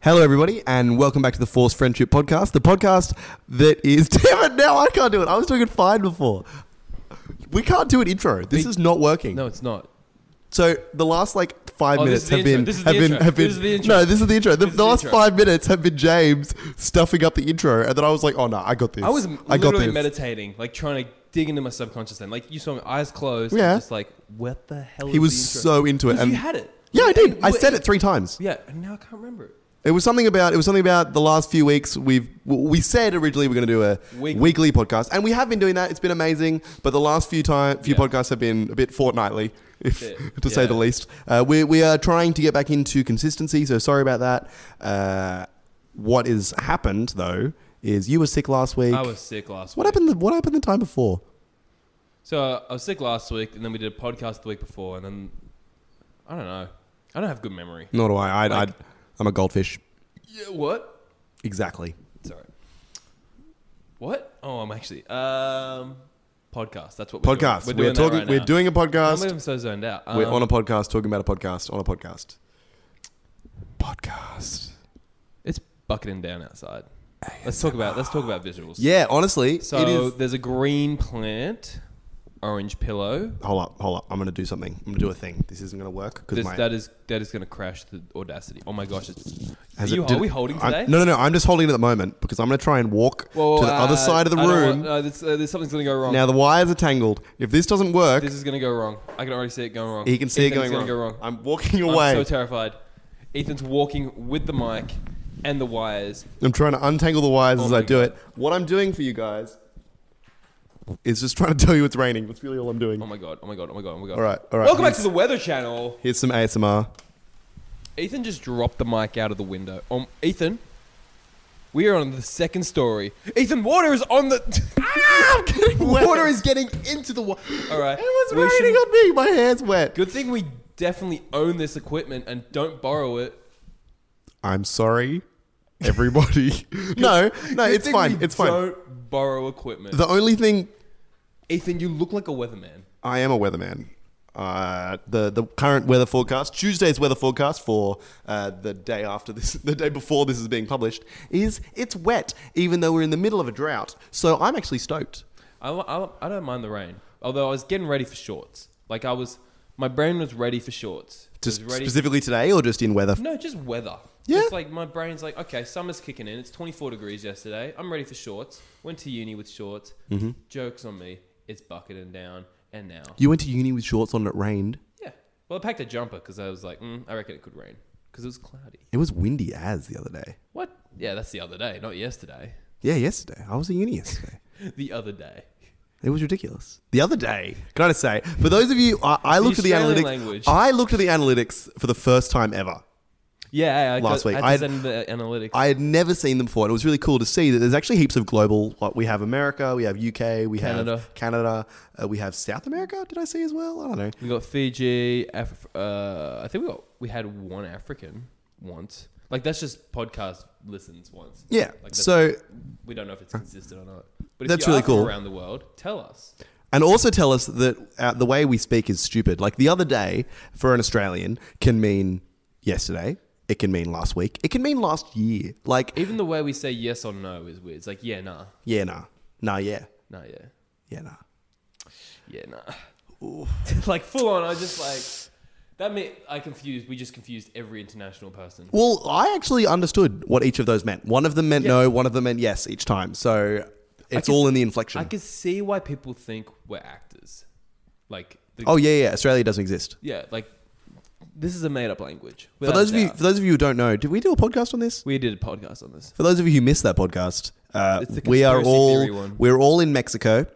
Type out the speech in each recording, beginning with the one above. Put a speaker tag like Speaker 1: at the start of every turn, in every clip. Speaker 1: Hello, everybody, and welcome back to the Force Friendship Podcast, the podcast that is. Damn it, now I can't do it. I was doing it fine before. We can't do an intro. This
Speaker 2: We-
Speaker 1: is not working.
Speaker 2: No, it's not.
Speaker 1: So the last like five
Speaker 2: Oh,
Speaker 1: minutes
Speaker 2: this is the
Speaker 1: have
Speaker 2: intro.
Speaker 1: been
Speaker 2: This is the
Speaker 1: have been
Speaker 2: intro.
Speaker 1: have been
Speaker 2: This is the intro.
Speaker 1: no, this is the intro. The,
Speaker 2: This is
Speaker 1: the
Speaker 2: the
Speaker 1: last
Speaker 2: intro.
Speaker 1: five minutes have been James stuffing up the intro, and then I was like, oh no, I got this.
Speaker 2: I was
Speaker 1: I got
Speaker 2: literally
Speaker 1: this.
Speaker 2: meditating, like trying to dig into my subconscious. Then, like you saw me, eyes closed.
Speaker 1: Yeah.
Speaker 2: Yeah. Just like what the hell?
Speaker 1: he
Speaker 2: is
Speaker 1: was
Speaker 2: the
Speaker 1: so into it,
Speaker 2: Because
Speaker 1: and
Speaker 2: you had it.
Speaker 1: yeah, I did. I
Speaker 2: Wait,
Speaker 1: said it three times.
Speaker 2: Yeah, and now I can't remember it.
Speaker 1: It was something about it was something about the last few weeks. We've we said originally we're going to do a weekly.
Speaker 2: Weekly.
Speaker 1: podcast, and we have been doing that. It's been amazing, but the last few time few
Speaker 2: Yeah.
Speaker 1: podcasts have been a bit fortnightly, if
Speaker 2: Bit,
Speaker 1: to say
Speaker 2: yeah.
Speaker 1: the least. Uh, we we are trying to get back into consistency, so sorry about that. Uh, what has happened though is you were sick last week.
Speaker 2: I was sick last
Speaker 1: what
Speaker 2: week.
Speaker 1: happened? The, what happened the time before?
Speaker 2: So uh, I was sick last week, and then we did a podcast the week before, and then I don't know. I don't have good memory.
Speaker 1: Nor do I. I,
Speaker 2: Like-
Speaker 1: I I'm a goldfish.
Speaker 2: Yeah, what?
Speaker 1: Exactly.
Speaker 2: Sorry. What? Oh, I'm actually um podcast. That's what we're
Speaker 1: Podcast.
Speaker 2: Doing.
Speaker 1: We're,
Speaker 2: that
Speaker 1: talking.
Speaker 2: right
Speaker 1: we're
Speaker 2: now.
Speaker 1: doing a
Speaker 2: I'm
Speaker 1: podcast.
Speaker 2: even so zoned out.
Speaker 1: We're
Speaker 2: Um,
Speaker 1: on a podcast talking about a podcast on a podcast. Podcast.
Speaker 2: It's bucketing down outside. Let's talk about let's talk about visuals.
Speaker 1: Yeah, honestly,
Speaker 2: So
Speaker 1: it is.
Speaker 2: there's a green plant, orange pillow.
Speaker 1: Hold up, hold up. I'm going to do something. I'm going to do a thing. This isn't going to work because
Speaker 2: This,
Speaker 1: my.
Speaker 2: that is that is going to crash the audacity. Oh my gosh! It's, are,
Speaker 1: has
Speaker 2: you,
Speaker 1: it- did
Speaker 2: are
Speaker 1: it-
Speaker 2: we holding
Speaker 1: I'm-
Speaker 2: today?
Speaker 1: no, no, no. I'm just holding it at the moment because I'm going to try and walk
Speaker 2: Well,
Speaker 1: to the other
Speaker 2: uh,
Speaker 1: side of the
Speaker 2: I don't
Speaker 1: room.
Speaker 2: want- no, this, uh, there's something's going to go wrong.
Speaker 1: now the wires are tangled. If this doesn't work,
Speaker 2: this is going to go wrong. I can already see it going wrong.
Speaker 1: he can see it
Speaker 2: Ethan's
Speaker 1: going
Speaker 2: gonna
Speaker 1: wrong. I'm walking
Speaker 2: I'm
Speaker 1: away.
Speaker 2: so terrified. Ethan's walking with the mic and the wires.
Speaker 1: I'm trying to untangle the wires
Speaker 2: Oh
Speaker 1: as
Speaker 2: my
Speaker 1: I do it. What I'm doing for you guys is just trying to tell you it's raining. That's really all I'm doing.
Speaker 2: Oh my god! Oh my god! Oh my god! Oh my god!
Speaker 1: All right, all right.
Speaker 2: Welcome back
Speaker 1: Here's-
Speaker 2: to the Weather Channel.
Speaker 1: Here's some ASMR.
Speaker 2: Ethan just dropped the mic out of the window. Um, Ethan, we are on the second story. Ethan, water is on the. wet.
Speaker 1: Water is getting into the water.
Speaker 2: All right.
Speaker 1: Ah! It was
Speaker 2: we
Speaker 1: raining
Speaker 2: should-
Speaker 1: on me. My hair's wet.
Speaker 2: Good thing we definitely own this equipment and don't borrow it.
Speaker 1: I'm sorry, everybody. no, no,
Speaker 2: Good
Speaker 1: Uh, it's
Speaker 2: thing
Speaker 1: fine.
Speaker 2: we
Speaker 1: It's fine.
Speaker 2: Don't borrow equipment.
Speaker 1: The only thing
Speaker 2: Ethan, you look like a weatherman.
Speaker 1: I am a weatherman. Uh, the the current weather forecast, Tuesday's weather forecast for uh, the day after this, the day before this is being published, is it's wet, even though we're in the middle of a drought. So I'm actually stoked.
Speaker 2: I, I, I don't mind the rain. Although I was getting ready for shorts. Like I was, my brain was ready for shorts. It
Speaker 1: Just
Speaker 2: was ready
Speaker 1: specifically today, or just in weather?
Speaker 2: No, just weather.
Speaker 1: Yeah.
Speaker 2: Just like my brain's like, okay, summer's kicking in. It's 24 degrees yesterday. I'm ready for shorts. Went to uni with shorts.
Speaker 1: Mm-hmm.
Speaker 2: Jokes on me. It's bucketing down. And now.
Speaker 1: You went to uni with shorts on. and It rained.
Speaker 2: Yeah. Well, I packed a jumper because I was like, mm, I reckon it could rain because it was cloudy.
Speaker 1: It was windy as the other day.
Speaker 2: What? Yeah, that's the other day, not yesterday.
Speaker 1: Yeah, yesterday. I was at uni yesterday.
Speaker 2: The other day.
Speaker 1: It was ridiculous. The other day, can I just say, for those of you, I, I looked at the
Speaker 2: Australian
Speaker 1: analytics.
Speaker 2: language.
Speaker 1: I looked at the analytics for the first time ever.
Speaker 2: Yeah, I got-
Speaker 1: Last week.
Speaker 2: I
Speaker 1: I-
Speaker 2: had to send the analytics.
Speaker 1: I had never seen them before, and it was really cool to see that there's actually heaps of global. Like we have America, we have UK, we
Speaker 2: Canada.
Speaker 1: have Canada, uh, we have South America. Did I see as well? I don't know.
Speaker 2: we got Fiji. Af- uh, I think we got we had one African once. Like that's just podcast listens once.
Speaker 1: Yeah.
Speaker 2: Like that's-
Speaker 1: so,
Speaker 2: We don't know if it's consistent or not. But if
Speaker 1: That's
Speaker 2: you
Speaker 1: really
Speaker 2: are from
Speaker 1: cool.
Speaker 2: around the world, tell us.
Speaker 1: and also tell us that uh, the way we speak is stupid. Like the other day for an Australian can mean yesterday. It can mean last week. It can mean last year. Like
Speaker 2: Even the way we say yes or no is weird. It's like yeah, nah,
Speaker 1: yeah, nah, nah, yeah,
Speaker 2: nah, yeah,
Speaker 1: yeah, nah.
Speaker 2: yeah, nah. like full on. I just like that. Meant I confused. We just confused every international person.
Speaker 1: Well, I actually understood what each of those meant. One of them meant
Speaker 2: Yeah.
Speaker 1: no, one of them meant yes each time. So it's
Speaker 2: can-
Speaker 1: all in the inflection.
Speaker 2: I can see why people think we're actors. Like the,
Speaker 1: oh yeah, yeah. Australia doesn't exist.
Speaker 2: yeah, like this is a made up language.
Speaker 1: For
Speaker 2: without
Speaker 1: those
Speaker 2: a
Speaker 1: of you,
Speaker 2: doubt.
Speaker 1: for those of you who don't know, did we do a podcast on this?
Speaker 2: we did a podcast on this.
Speaker 1: For those of you who missed that podcast, uh,
Speaker 2: It's the
Speaker 1: we are
Speaker 2: conspiracy
Speaker 1: all
Speaker 2: theory one.
Speaker 1: we're all in Mexico.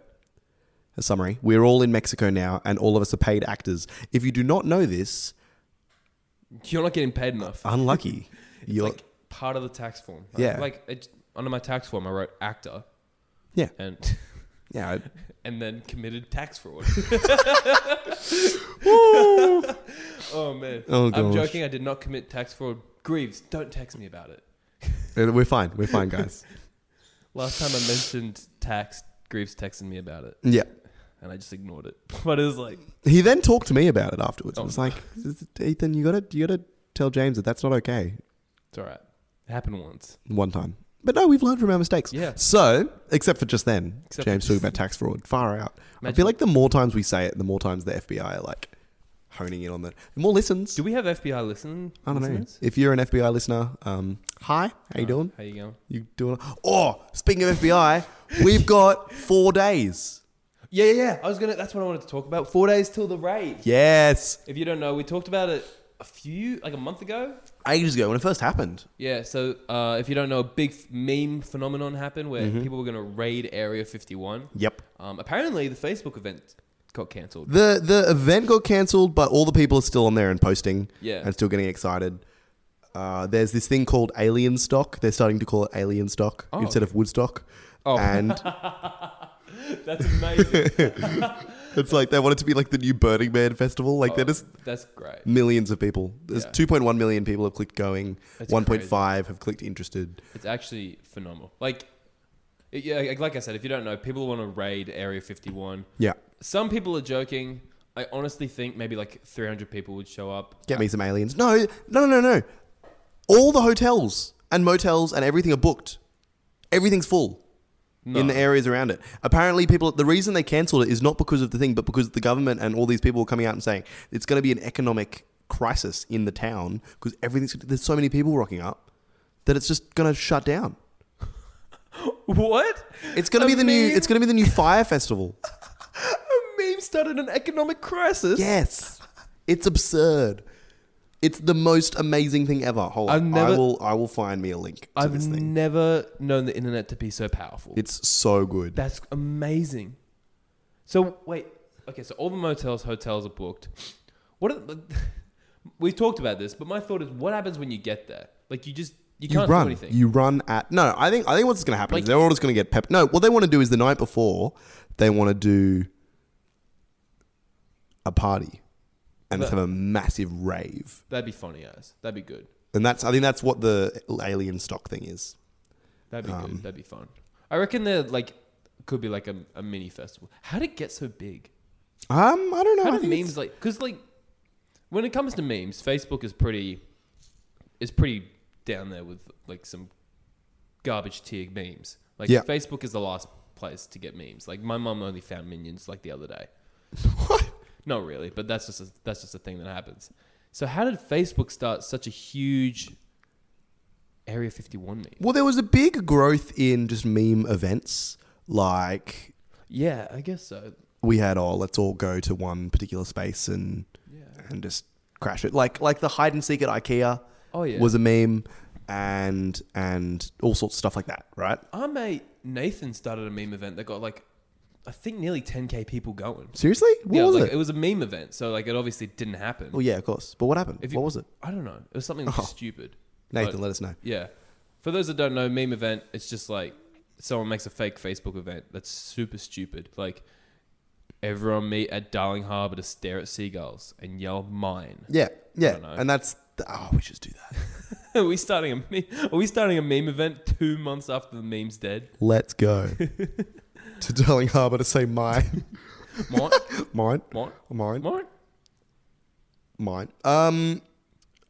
Speaker 1: A summary: We're all in Mexico now, and all of us are paid actors. If you do not know this,
Speaker 2: You're not getting paid enough.
Speaker 1: unlucky. You're
Speaker 2: like part of the tax form.
Speaker 1: Yeah.
Speaker 2: Like it, under my tax form, I wrote actor.
Speaker 1: Yeah.
Speaker 2: And
Speaker 1: yeah.
Speaker 2: and then committed tax fraud. oh man.
Speaker 1: Oh,
Speaker 2: I'm
Speaker 1: gosh.
Speaker 2: joking. I did not commit tax fraud. Greaves, don't text me about it.
Speaker 1: We're fine. We're fine, guys.
Speaker 2: Last time I mentioned tax, Greaves texted me about it,
Speaker 1: yeah.
Speaker 2: and I just ignored it. But it was like,
Speaker 1: He then talked to me about it afterwards. I
Speaker 2: Oh.
Speaker 1: was like, "Ethan, you got to you got to tell James that that's not okay."
Speaker 2: it's all right. It happened once.
Speaker 1: one time. But no, we've learned from our mistakes.
Speaker 2: Yeah.
Speaker 1: So, except for just then,
Speaker 2: Except
Speaker 1: James
Speaker 2: for
Speaker 1: talking
Speaker 2: just
Speaker 1: about tax fraud, far out. I
Speaker 2: Imagine-
Speaker 1: feel like the more times we say it, the more times the FBI are like honing in on the, the more listens.
Speaker 2: Do we have FBI listen? Oh.
Speaker 1: I don't
Speaker 2: listeners?
Speaker 1: know. If you're an FBI listener, um, hi, how you doing?
Speaker 2: How you going?
Speaker 1: You doing? Oh, speaking of FBI, we've got four days.
Speaker 2: Yeah, yeah, yeah. I was gonna. That's what I wanted to talk about. Four days till the rave.
Speaker 1: Yes,
Speaker 2: If you don't know, we talked about it a few, like a month ago.
Speaker 1: ages ago when it first happened.
Speaker 2: Yeah. So uh, if you don't know, a big f- meme phenomenon happened where
Speaker 1: Mm-hmm.
Speaker 2: people were gonna raid Area 51.
Speaker 1: Yep.
Speaker 2: Um, apparently, the Facebook event got cancelled.
Speaker 1: The the event got cancelled, but all the people are still on there and posting.
Speaker 2: Yeah.
Speaker 1: And still getting excited. Uh, there's this thing called alien stock. They're starting to call it alien stock
Speaker 2: Oh,
Speaker 1: instead of Woodstock.
Speaker 2: Oh.
Speaker 1: And
Speaker 2: That's amazing.
Speaker 1: it's like they want it to be like the new Burning Man festival. Like they're just
Speaker 2: That's great.
Speaker 1: millions of people. There's
Speaker 2: Oh. Yeah.
Speaker 1: 2.1 million people have clicked going.
Speaker 2: That's
Speaker 1: 1.5 have clicked interested.
Speaker 2: It's actually phenomenal. Like, it- yeah, like- like I said, if you don't know, people want to raid Area 51.
Speaker 1: Yeah.
Speaker 2: Some people are joking. I honestly think maybe like 300 people would show up.
Speaker 1: Get me some aliens. No, no, no, no, no. All the hotels and motels and everything are booked. Everything's full.
Speaker 2: No.
Speaker 1: in the areas around it. Apparently, people the reason they cancelled it is not because of the thing, but because the government and all these people were coming out and saying it's going to be an economic crisis in the town because everything's there's so many people rocking up that it's just going to shut down.
Speaker 2: what?
Speaker 1: It's going to
Speaker 2: A
Speaker 1: be the new
Speaker 2: meme-
Speaker 1: it's going to be the new fire festival.
Speaker 2: A meme started an economic crisis.
Speaker 1: Yes, it's absurd. It's the most amazing thing ever. Hold
Speaker 2: I've
Speaker 1: on, I
Speaker 2: never-
Speaker 1: will I will find me a link to this
Speaker 2: I've
Speaker 1: thing.
Speaker 2: never known the internet to be so powerful.
Speaker 1: It's so good.
Speaker 2: That's amazing. So wait, okay. So all the motels, hotels are booked. What? Are, we talked about this, but my thought is, what happens when you get there? Like you just
Speaker 1: you
Speaker 2: you can't do
Speaker 1: run.
Speaker 2: anything.
Speaker 1: You run at no. no, I think I think what's going to happen
Speaker 2: Like-
Speaker 1: is they're all just going to get pep. No, what they want to do is the night before they want to do a party and just
Speaker 2: But-
Speaker 1: have a massive rave,
Speaker 2: That'd be funny, guys. That'd be good.
Speaker 1: and that's I think that's what the alien stock thing is.
Speaker 2: That'd be
Speaker 1: Um.
Speaker 2: good. That'd be fun. I reckon there like could be like a, a mini festival. How did it get so big?
Speaker 1: Um, I don't know.
Speaker 2: How
Speaker 1: I
Speaker 2: do
Speaker 1: think
Speaker 2: memes like? Because like, when it comes to memes, Facebook is pretty is pretty down there with like some garbage tier memes. Like
Speaker 1: Yeah.
Speaker 2: Facebook is the last place to get memes. Like my mum only found minions like the other day.
Speaker 1: it's- What?
Speaker 2: Not really, but that's just a, that's just a thing that happens. So how did Facebook start such a huge Area 51 meme?
Speaker 1: Well, there was a big growth in just meme events. Like
Speaker 2: Yeah, I guess so.
Speaker 1: we had, oh, let's all go to one particular space and
Speaker 2: Yeah.
Speaker 1: and just crash it. Like like the hide and seek at IKEA.
Speaker 2: Oh yeah.
Speaker 1: was a meme and and all sorts of stuff like that, right?
Speaker 2: our mate Nathan started a meme event that got like I think nearly 10k people going.
Speaker 1: Seriously? What
Speaker 2: yeah,
Speaker 1: was
Speaker 2: like,
Speaker 1: it?
Speaker 2: it was a meme event, so like it obviously didn't happen.
Speaker 1: Well, yeah, of course. But what happened?
Speaker 2: If you-
Speaker 1: what was it?
Speaker 2: I don't know. It was something
Speaker 1: Oh.
Speaker 2: stupid.
Speaker 1: Nathan,
Speaker 2: But-
Speaker 1: let us know.
Speaker 2: Yeah. For those that don't know, meme event, it's just like someone makes a fake Facebook event that's super stupid. Like everyone meet at Darling Harbour to stare at seagulls and yell mine.
Speaker 1: Yeah, yeah.
Speaker 2: don't know.
Speaker 1: And that's the, oh, we should do that.
Speaker 2: are we starting a meme are we starting a meme event two months after the meme's dead?
Speaker 1: Let's go to Darling Harbour to say mine,
Speaker 2: Mine?
Speaker 1: mine,
Speaker 2: mine?
Speaker 1: mine,
Speaker 2: Mine?
Speaker 1: mine. Um,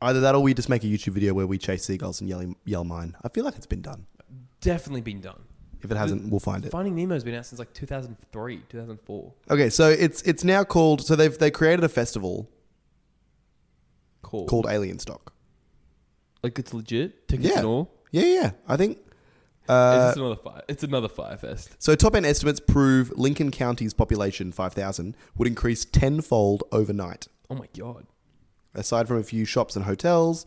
Speaker 1: either that or we just make a YouTube video where we chase seagulls and yell yell mine. I feel like it's been done.
Speaker 2: Definitely been done.
Speaker 1: If it hasn't, we'll find it.
Speaker 2: Finding Nemo's been out since like 2003, 2004.
Speaker 1: Okay, so it's it's now called. So they've they created a festival
Speaker 2: Cool.
Speaker 1: called Alien Stock.
Speaker 2: Like it's legit. Tickets
Speaker 1: Yeah.
Speaker 2: and all.
Speaker 1: Yeah, yeah. I think.
Speaker 2: it's
Speaker 1: Uh,
Speaker 2: just another fire. It's another fire fest.
Speaker 1: So, top end estimates prove Lincoln County's population, 5,000, would increase tenfold overnight.
Speaker 2: Oh my god.
Speaker 1: Aside from a few shops and hotels,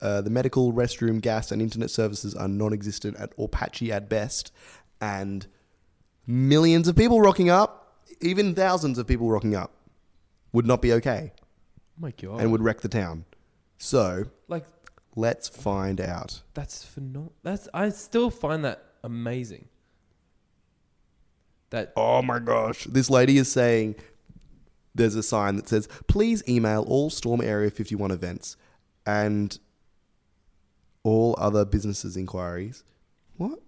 Speaker 1: uh, the medical, restroom, gas, and internet services are non existent at, or patchy at best. And millions of people rocking up, even thousands of people rocking up, would not be okay
Speaker 2: Oh my god.
Speaker 1: and would wreck the town. So,
Speaker 2: like
Speaker 1: let's find out.
Speaker 2: that's phenomenal. That's I still find that amazing. That
Speaker 1: Oh my gosh. This lady is saying there's a sign that says, please email all Storm Area 51 events and all other businesses' inquiries. What?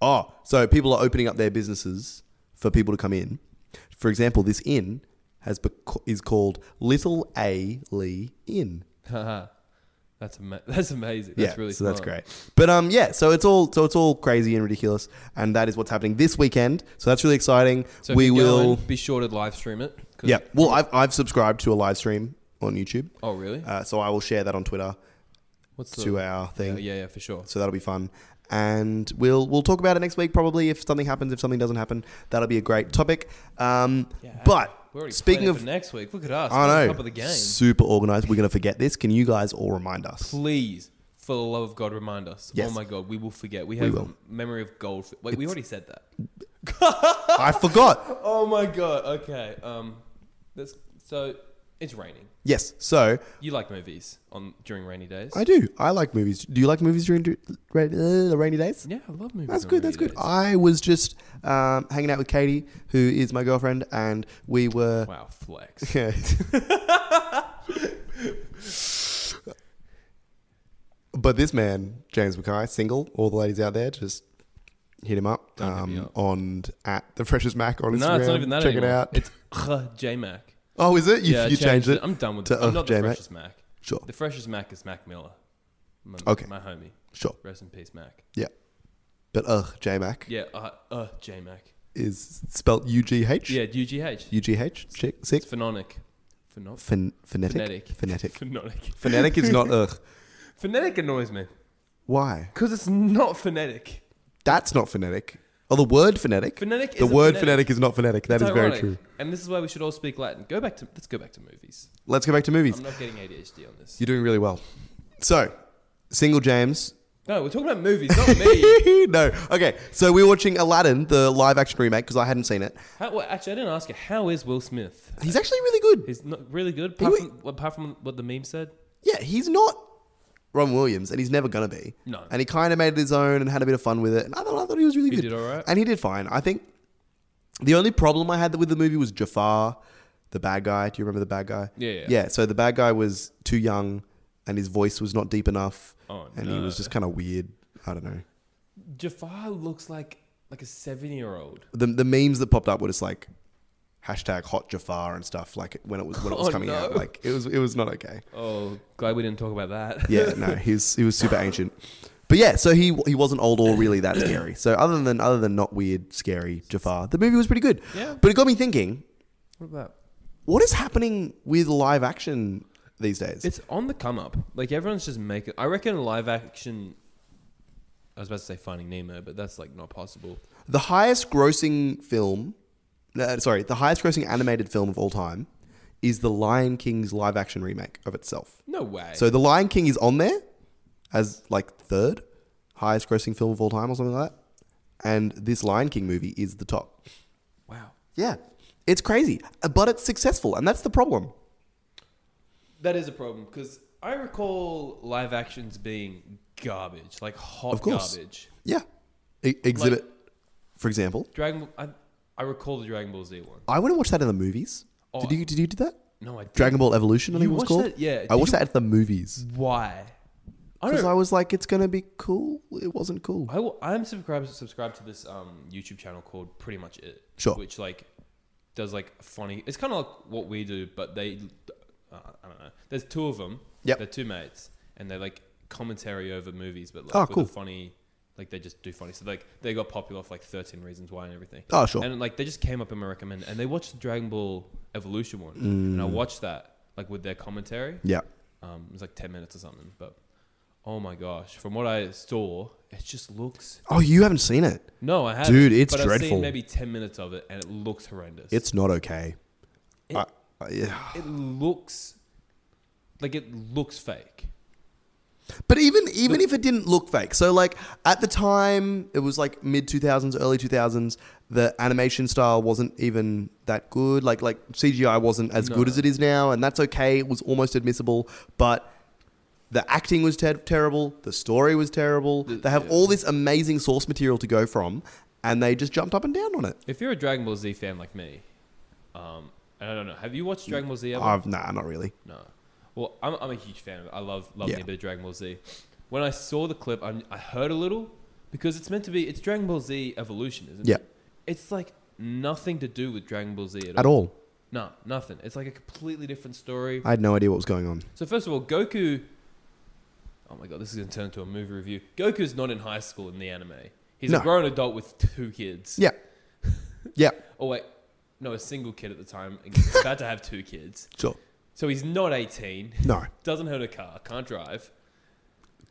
Speaker 1: Oh, so people are opening up their businesses for people to come in. For example, this inn has bec- is called Little A Lee Inn.
Speaker 2: haha. That's ama- that's amazing.
Speaker 1: Yeah,
Speaker 2: That's really
Speaker 1: so
Speaker 2: smart.
Speaker 1: that's great. But um, yeah, so it's all so it's all crazy and ridiculous, and that is what's happening this weekend. So that's really exciting.
Speaker 2: So if
Speaker 1: we
Speaker 2: you go
Speaker 1: will.
Speaker 2: in, be sure to live stream it. 'cause-
Speaker 1: Yeah. Well, I've I've subscribed to a live stream on YouTube,
Speaker 2: Oh really?
Speaker 1: uh, so I will share that on Twitter
Speaker 2: What's the?
Speaker 1: to our
Speaker 2: yeah,
Speaker 1: thing.
Speaker 2: yeah, yeah, for sure.
Speaker 1: So that'll be fun. And we'll we'll talk about it next week probably if something happens. If something doesn't happen, that'll be a great topic. Um, but
Speaker 2: We're already
Speaker 1: speaking
Speaker 2: planning
Speaker 1: of,
Speaker 2: for next week, look at us. we're
Speaker 1: I
Speaker 2: on
Speaker 1: know,
Speaker 2: top of the game.
Speaker 1: super organized. We're gonna forget this. Can you guys all remind us?
Speaker 2: Please, for the love of God, remind us.
Speaker 1: Yes.
Speaker 2: Oh my God, we will forget. We have
Speaker 1: will.
Speaker 2: memory of gold. Wait, we already said that.
Speaker 1: I forgot.
Speaker 2: Oh my God. Okay. Um, that's so it's raining.
Speaker 1: Yes. So
Speaker 2: You like movies on during rainy days?
Speaker 1: I do. I like movies. Do you like movies during du- ra- uh, the rainy days?
Speaker 2: yeah, I love movies.
Speaker 1: That's
Speaker 2: on
Speaker 1: good. That's
Speaker 2: rainy
Speaker 1: good.
Speaker 2: days.
Speaker 1: I was just um, hanging out with Katie, who is my girlfriend, and we were.
Speaker 2: wow, flex.
Speaker 1: Yeah. but this man, James Mackay, single, all the ladies out there, just hit him up,
Speaker 2: Don't hit me
Speaker 1: um,
Speaker 2: up.
Speaker 1: on at the freshest Mac on Instagram.
Speaker 2: no, it's not even that
Speaker 1: Check
Speaker 2: anymore.
Speaker 1: it out.
Speaker 2: It's J Mac.
Speaker 1: Oh, is it? You,
Speaker 2: I
Speaker 1: you changed it?
Speaker 2: I'm done with
Speaker 1: to,
Speaker 2: it. I'm
Speaker 1: uh,
Speaker 2: not the
Speaker 1: J Mac.
Speaker 2: freshest Mac.
Speaker 1: Sure,
Speaker 2: The freshest Mac is Mac Miller. My,
Speaker 1: Okay.
Speaker 2: My homie.
Speaker 1: sure.
Speaker 2: Rest in peace, Mac.
Speaker 1: But ugh, J Mac
Speaker 2: Yeah, uh, uh J Mac.
Speaker 1: is spelled U G H.
Speaker 2: Yeah, UGH.
Speaker 1: U G H. Sick.
Speaker 2: It's phononic. Phono-
Speaker 1: Phen- phonetic.
Speaker 2: phonetic.
Speaker 1: Phonetic.
Speaker 2: Phonetic.
Speaker 1: Phonetic is not ugh.
Speaker 2: Phonetic annoys me
Speaker 1: Why?
Speaker 2: because it's not phonetic.
Speaker 1: That's not phonetic. Oh, the word phonetic.
Speaker 2: Phonetic.
Speaker 1: the
Speaker 2: is
Speaker 1: word
Speaker 2: phonetic.
Speaker 1: phonetic. is not phonetic. That
Speaker 2: It's
Speaker 1: is very
Speaker 2: ironic.
Speaker 1: true.
Speaker 2: And this is why we should all speak Latin. Go back to let's go back to movies.
Speaker 1: Let's go back to movies.
Speaker 2: I'm not getting ADHD on this.
Speaker 1: You're doing really well. So, single James.
Speaker 2: No, we're talking about movies, not me.
Speaker 1: no. Okay. So we're watching Aladdin, the live action remake, because I hadn't seen it.
Speaker 2: How, well, actually, I didn't ask you. How is Will Smith?
Speaker 1: He's actually really good.
Speaker 2: He's not really good. Apart,
Speaker 1: He
Speaker 2: from, apart from what the meme said.
Speaker 1: Yeah, he's not Ron Williams, and he's never gonna be.
Speaker 2: No.
Speaker 1: And he kind of made it his own and had a bit of fun with it. And I thought, I thought he was really
Speaker 2: He
Speaker 1: good.
Speaker 2: did all right.
Speaker 1: And he did fine. I think the only problem I had with the movie was Jafar, the bad guy. Do you remember the bad guy?
Speaker 2: Yeah, yeah.
Speaker 1: Yeah. So the bad guy was too young, and his voice was not deep enough,
Speaker 2: Oh,
Speaker 1: and he
Speaker 2: no.
Speaker 1: was just kind of weird. I don't know.
Speaker 2: Jafar looks like like a seven year old.
Speaker 1: The the memes that popped up were just like hashtag hot Jafar and stuff. Like when it was when it was
Speaker 2: Oh,
Speaker 1: coming
Speaker 2: no.
Speaker 1: out, like it was it was not okay.
Speaker 2: Oh, glad we didn't talk about that.
Speaker 1: Yeah, no, he was he was super ancient. But yeah, so he he wasn't old or really that scary. So other than other than not weird, scary Jafar, the movie was pretty good.
Speaker 2: Yeah.
Speaker 1: But it got me thinking,
Speaker 2: What about?
Speaker 1: what is happening with live action these days?
Speaker 2: It's on the come up. Like everyone's just making. I reckon live action. I was about to say Finding Nemo, but that's like not possible.
Speaker 1: the highest grossing film, uh, sorry, the highest grossing animated film of all time is the Lion King's live action remake of itself.
Speaker 2: No way.
Speaker 1: So the Lion King is on there as like third highest grossing film of all time or something like that. And this Lion King movie is the top.
Speaker 2: wow,
Speaker 1: Yeah. It's crazy, but it's successful, and that's the problem.
Speaker 2: that is a problem because I recall live actions being garbage, like hot
Speaker 1: Of course.
Speaker 2: garbage.
Speaker 1: Yeah. E- exhibit, for example.
Speaker 2: Dragon. Ball- I, I recall the Dragon Ball Z one.
Speaker 1: I want to watch that in the movies.
Speaker 2: Oh,
Speaker 1: did you did you do that?
Speaker 2: No, I.
Speaker 1: Dragon Ball Evolution, I
Speaker 2: You
Speaker 1: think it was
Speaker 2: watched
Speaker 1: called.
Speaker 2: that? Yeah.
Speaker 1: I
Speaker 2: Did
Speaker 1: watched
Speaker 2: you-
Speaker 1: that at the movies
Speaker 2: Why? I
Speaker 1: because
Speaker 2: don't.
Speaker 1: I was like, it's gonna be cool. It wasn't cool.
Speaker 2: I will, I'm subscribed subscribed to this um, YouTube channel called Pretty Much It,
Speaker 1: Sure.
Speaker 2: which like does like funny. It's kind of like what we do, but they uh, I don't know. There's two of them.
Speaker 1: Yep.
Speaker 2: they're two mates, and they like commentary over movies, but like
Speaker 1: Oh,
Speaker 2: with a
Speaker 1: cool.
Speaker 2: funny. Like they just do funny. So like they got popular for like 13 Reasons Why and everything.
Speaker 1: Oh, sure.
Speaker 2: And like they just came up in my recommend, and they watched the Dragon Ball Evolution one, and
Speaker 1: Mm.
Speaker 2: I watched that like with their commentary.
Speaker 1: yeah.
Speaker 2: Um, it was like 10 minutes or something, but oh my gosh, from what I saw, it just looks
Speaker 1: Oh, you haven't seen it?
Speaker 2: no, I haven't.
Speaker 1: Dude, it's
Speaker 2: but I've
Speaker 1: dreadful.
Speaker 2: seen maybe ten minutes of it, and it looks horrendous.
Speaker 1: It's not okay.
Speaker 2: It-
Speaker 1: I- I- yeah.
Speaker 2: it looks like it looks fake.
Speaker 1: But even even if it didn't look fake, so like at the time, it was like mid two thousands, early two thousands. The animation style wasn't even that good. Like like CGI wasn't as good
Speaker 2: No.
Speaker 1: as it is now, and that's okay. It was almost admissible, but the acting was ter- terrible. The story was terrible. They have all this amazing source material to go from, and they just jumped up and down on it.
Speaker 2: If you're a Dragon Ball Z fan like me, um, and I don't know, have you watched Dragon Ball Z ever?
Speaker 1: I've, nah, not really.
Speaker 2: no. Well, I'm, I'm a huge fan of it. I love love me
Speaker 1: Yeah.
Speaker 2: a bit of Dragon Ball Z. When I saw the clip, I, I heard a little because it's meant to be it's Dragon Ball Z Evolution, isn't
Speaker 1: Yeah.
Speaker 2: it? It's like nothing to do with Dragon Ball Z at all.
Speaker 1: At all.
Speaker 2: No, nothing. It's like a completely different story.
Speaker 1: I had no idea what was going on.
Speaker 2: So first of all, Goku oh my god, this is going to turn into a movie review. Goku's not in high school in the anime. He's
Speaker 1: No.
Speaker 2: a grown adult with two kids.
Speaker 1: Yeah. Yeah.
Speaker 2: Oh wait, no, a single kid at the time, and about to have two kids.
Speaker 1: Sure.
Speaker 2: So he's not 18.
Speaker 1: No.
Speaker 2: Doesn't own a car. Can't drive.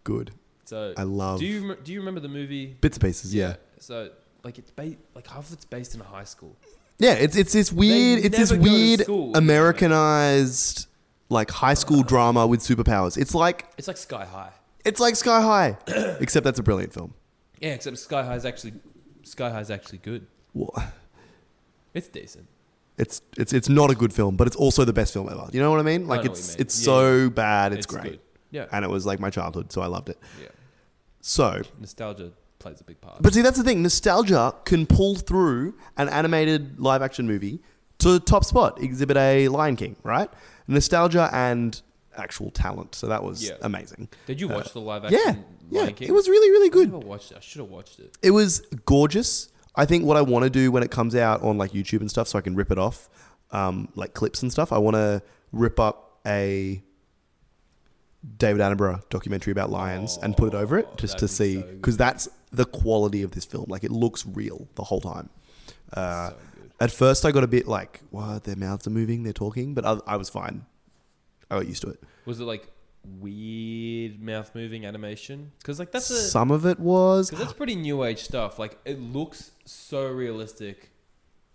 Speaker 1: Good.
Speaker 2: So
Speaker 1: I love
Speaker 2: do you rem- do you remember the movie?
Speaker 1: bits and pieces. Yeah.
Speaker 2: So like it's ba- like half of it's based in a high school.
Speaker 1: Yeah. It's it's this weird. It's this
Speaker 2: never go to
Speaker 1: weird
Speaker 2: school.
Speaker 1: Americanized like high school drama with superpowers. It's like
Speaker 2: It's like Sky High.
Speaker 1: it's like Sky High, except that's a brilliant film.
Speaker 2: Yeah, except Sky High's actually Sky High's actually good.
Speaker 1: Wha-
Speaker 2: It's decent.
Speaker 1: It's it's it's not a good film, but it's also the best film ever. You know what I mean? Like
Speaker 2: know what
Speaker 1: it's
Speaker 2: you mean.
Speaker 1: it's
Speaker 2: Yeah,
Speaker 1: so bad, it's, great, Uh,
Speaker 2: Yeah.
Speaker 1: and it was like my childhood, so I loved it.
Speaker 2: yeah.
Speaker 1: So
Speaker 2: Nostalgia plays a big part.
Speaker 1: But see, that's the thing. Nostalgia can pull through an animated live action movie to top spot, Exhibit A, Lion King, right? Nostalgia and actual talent. So that was
Speaker 2: Yeah.
Speaker 1: amazing.
Speaker 2: Did you watch the live action?
Speaker 1: uh, Yeah. Yeah.
Speaker 2: Lion King?
Speaker 1: It was really, really
Speaker 2: I
Speaker 1: good.
Speaker 2: never watched it. I should have watched it.
Speaker 1: It was gorgeous. I think what I want to do when it comes out on like YouTube and stuff, so I can rip it off, um, like clips and stuff, I want to rip up a. David Attenborough documentary about lions and put it over it
Speaker 2: Oh,
Speaker 1: just
Speaker 2: that'd
Speaker 1: to
Speaker 2: be
Speaker 1: see
Speaker 2: so good.
Speaker 1: because that's the quality of this film. Like it looks real the whole time. Uh,
Speaker 2: so good.
Speaker 1: at first, I got a bit like, "What? Their mouths are moving. They're talking," but I, I was fine. I got used to it.
Speaker 2: Was it like weird mouth moving animation? Because like that's a
Speaker 1: Some of it was,
Speaker 2: Because that's pretty new age stuff. Like it looks so realistic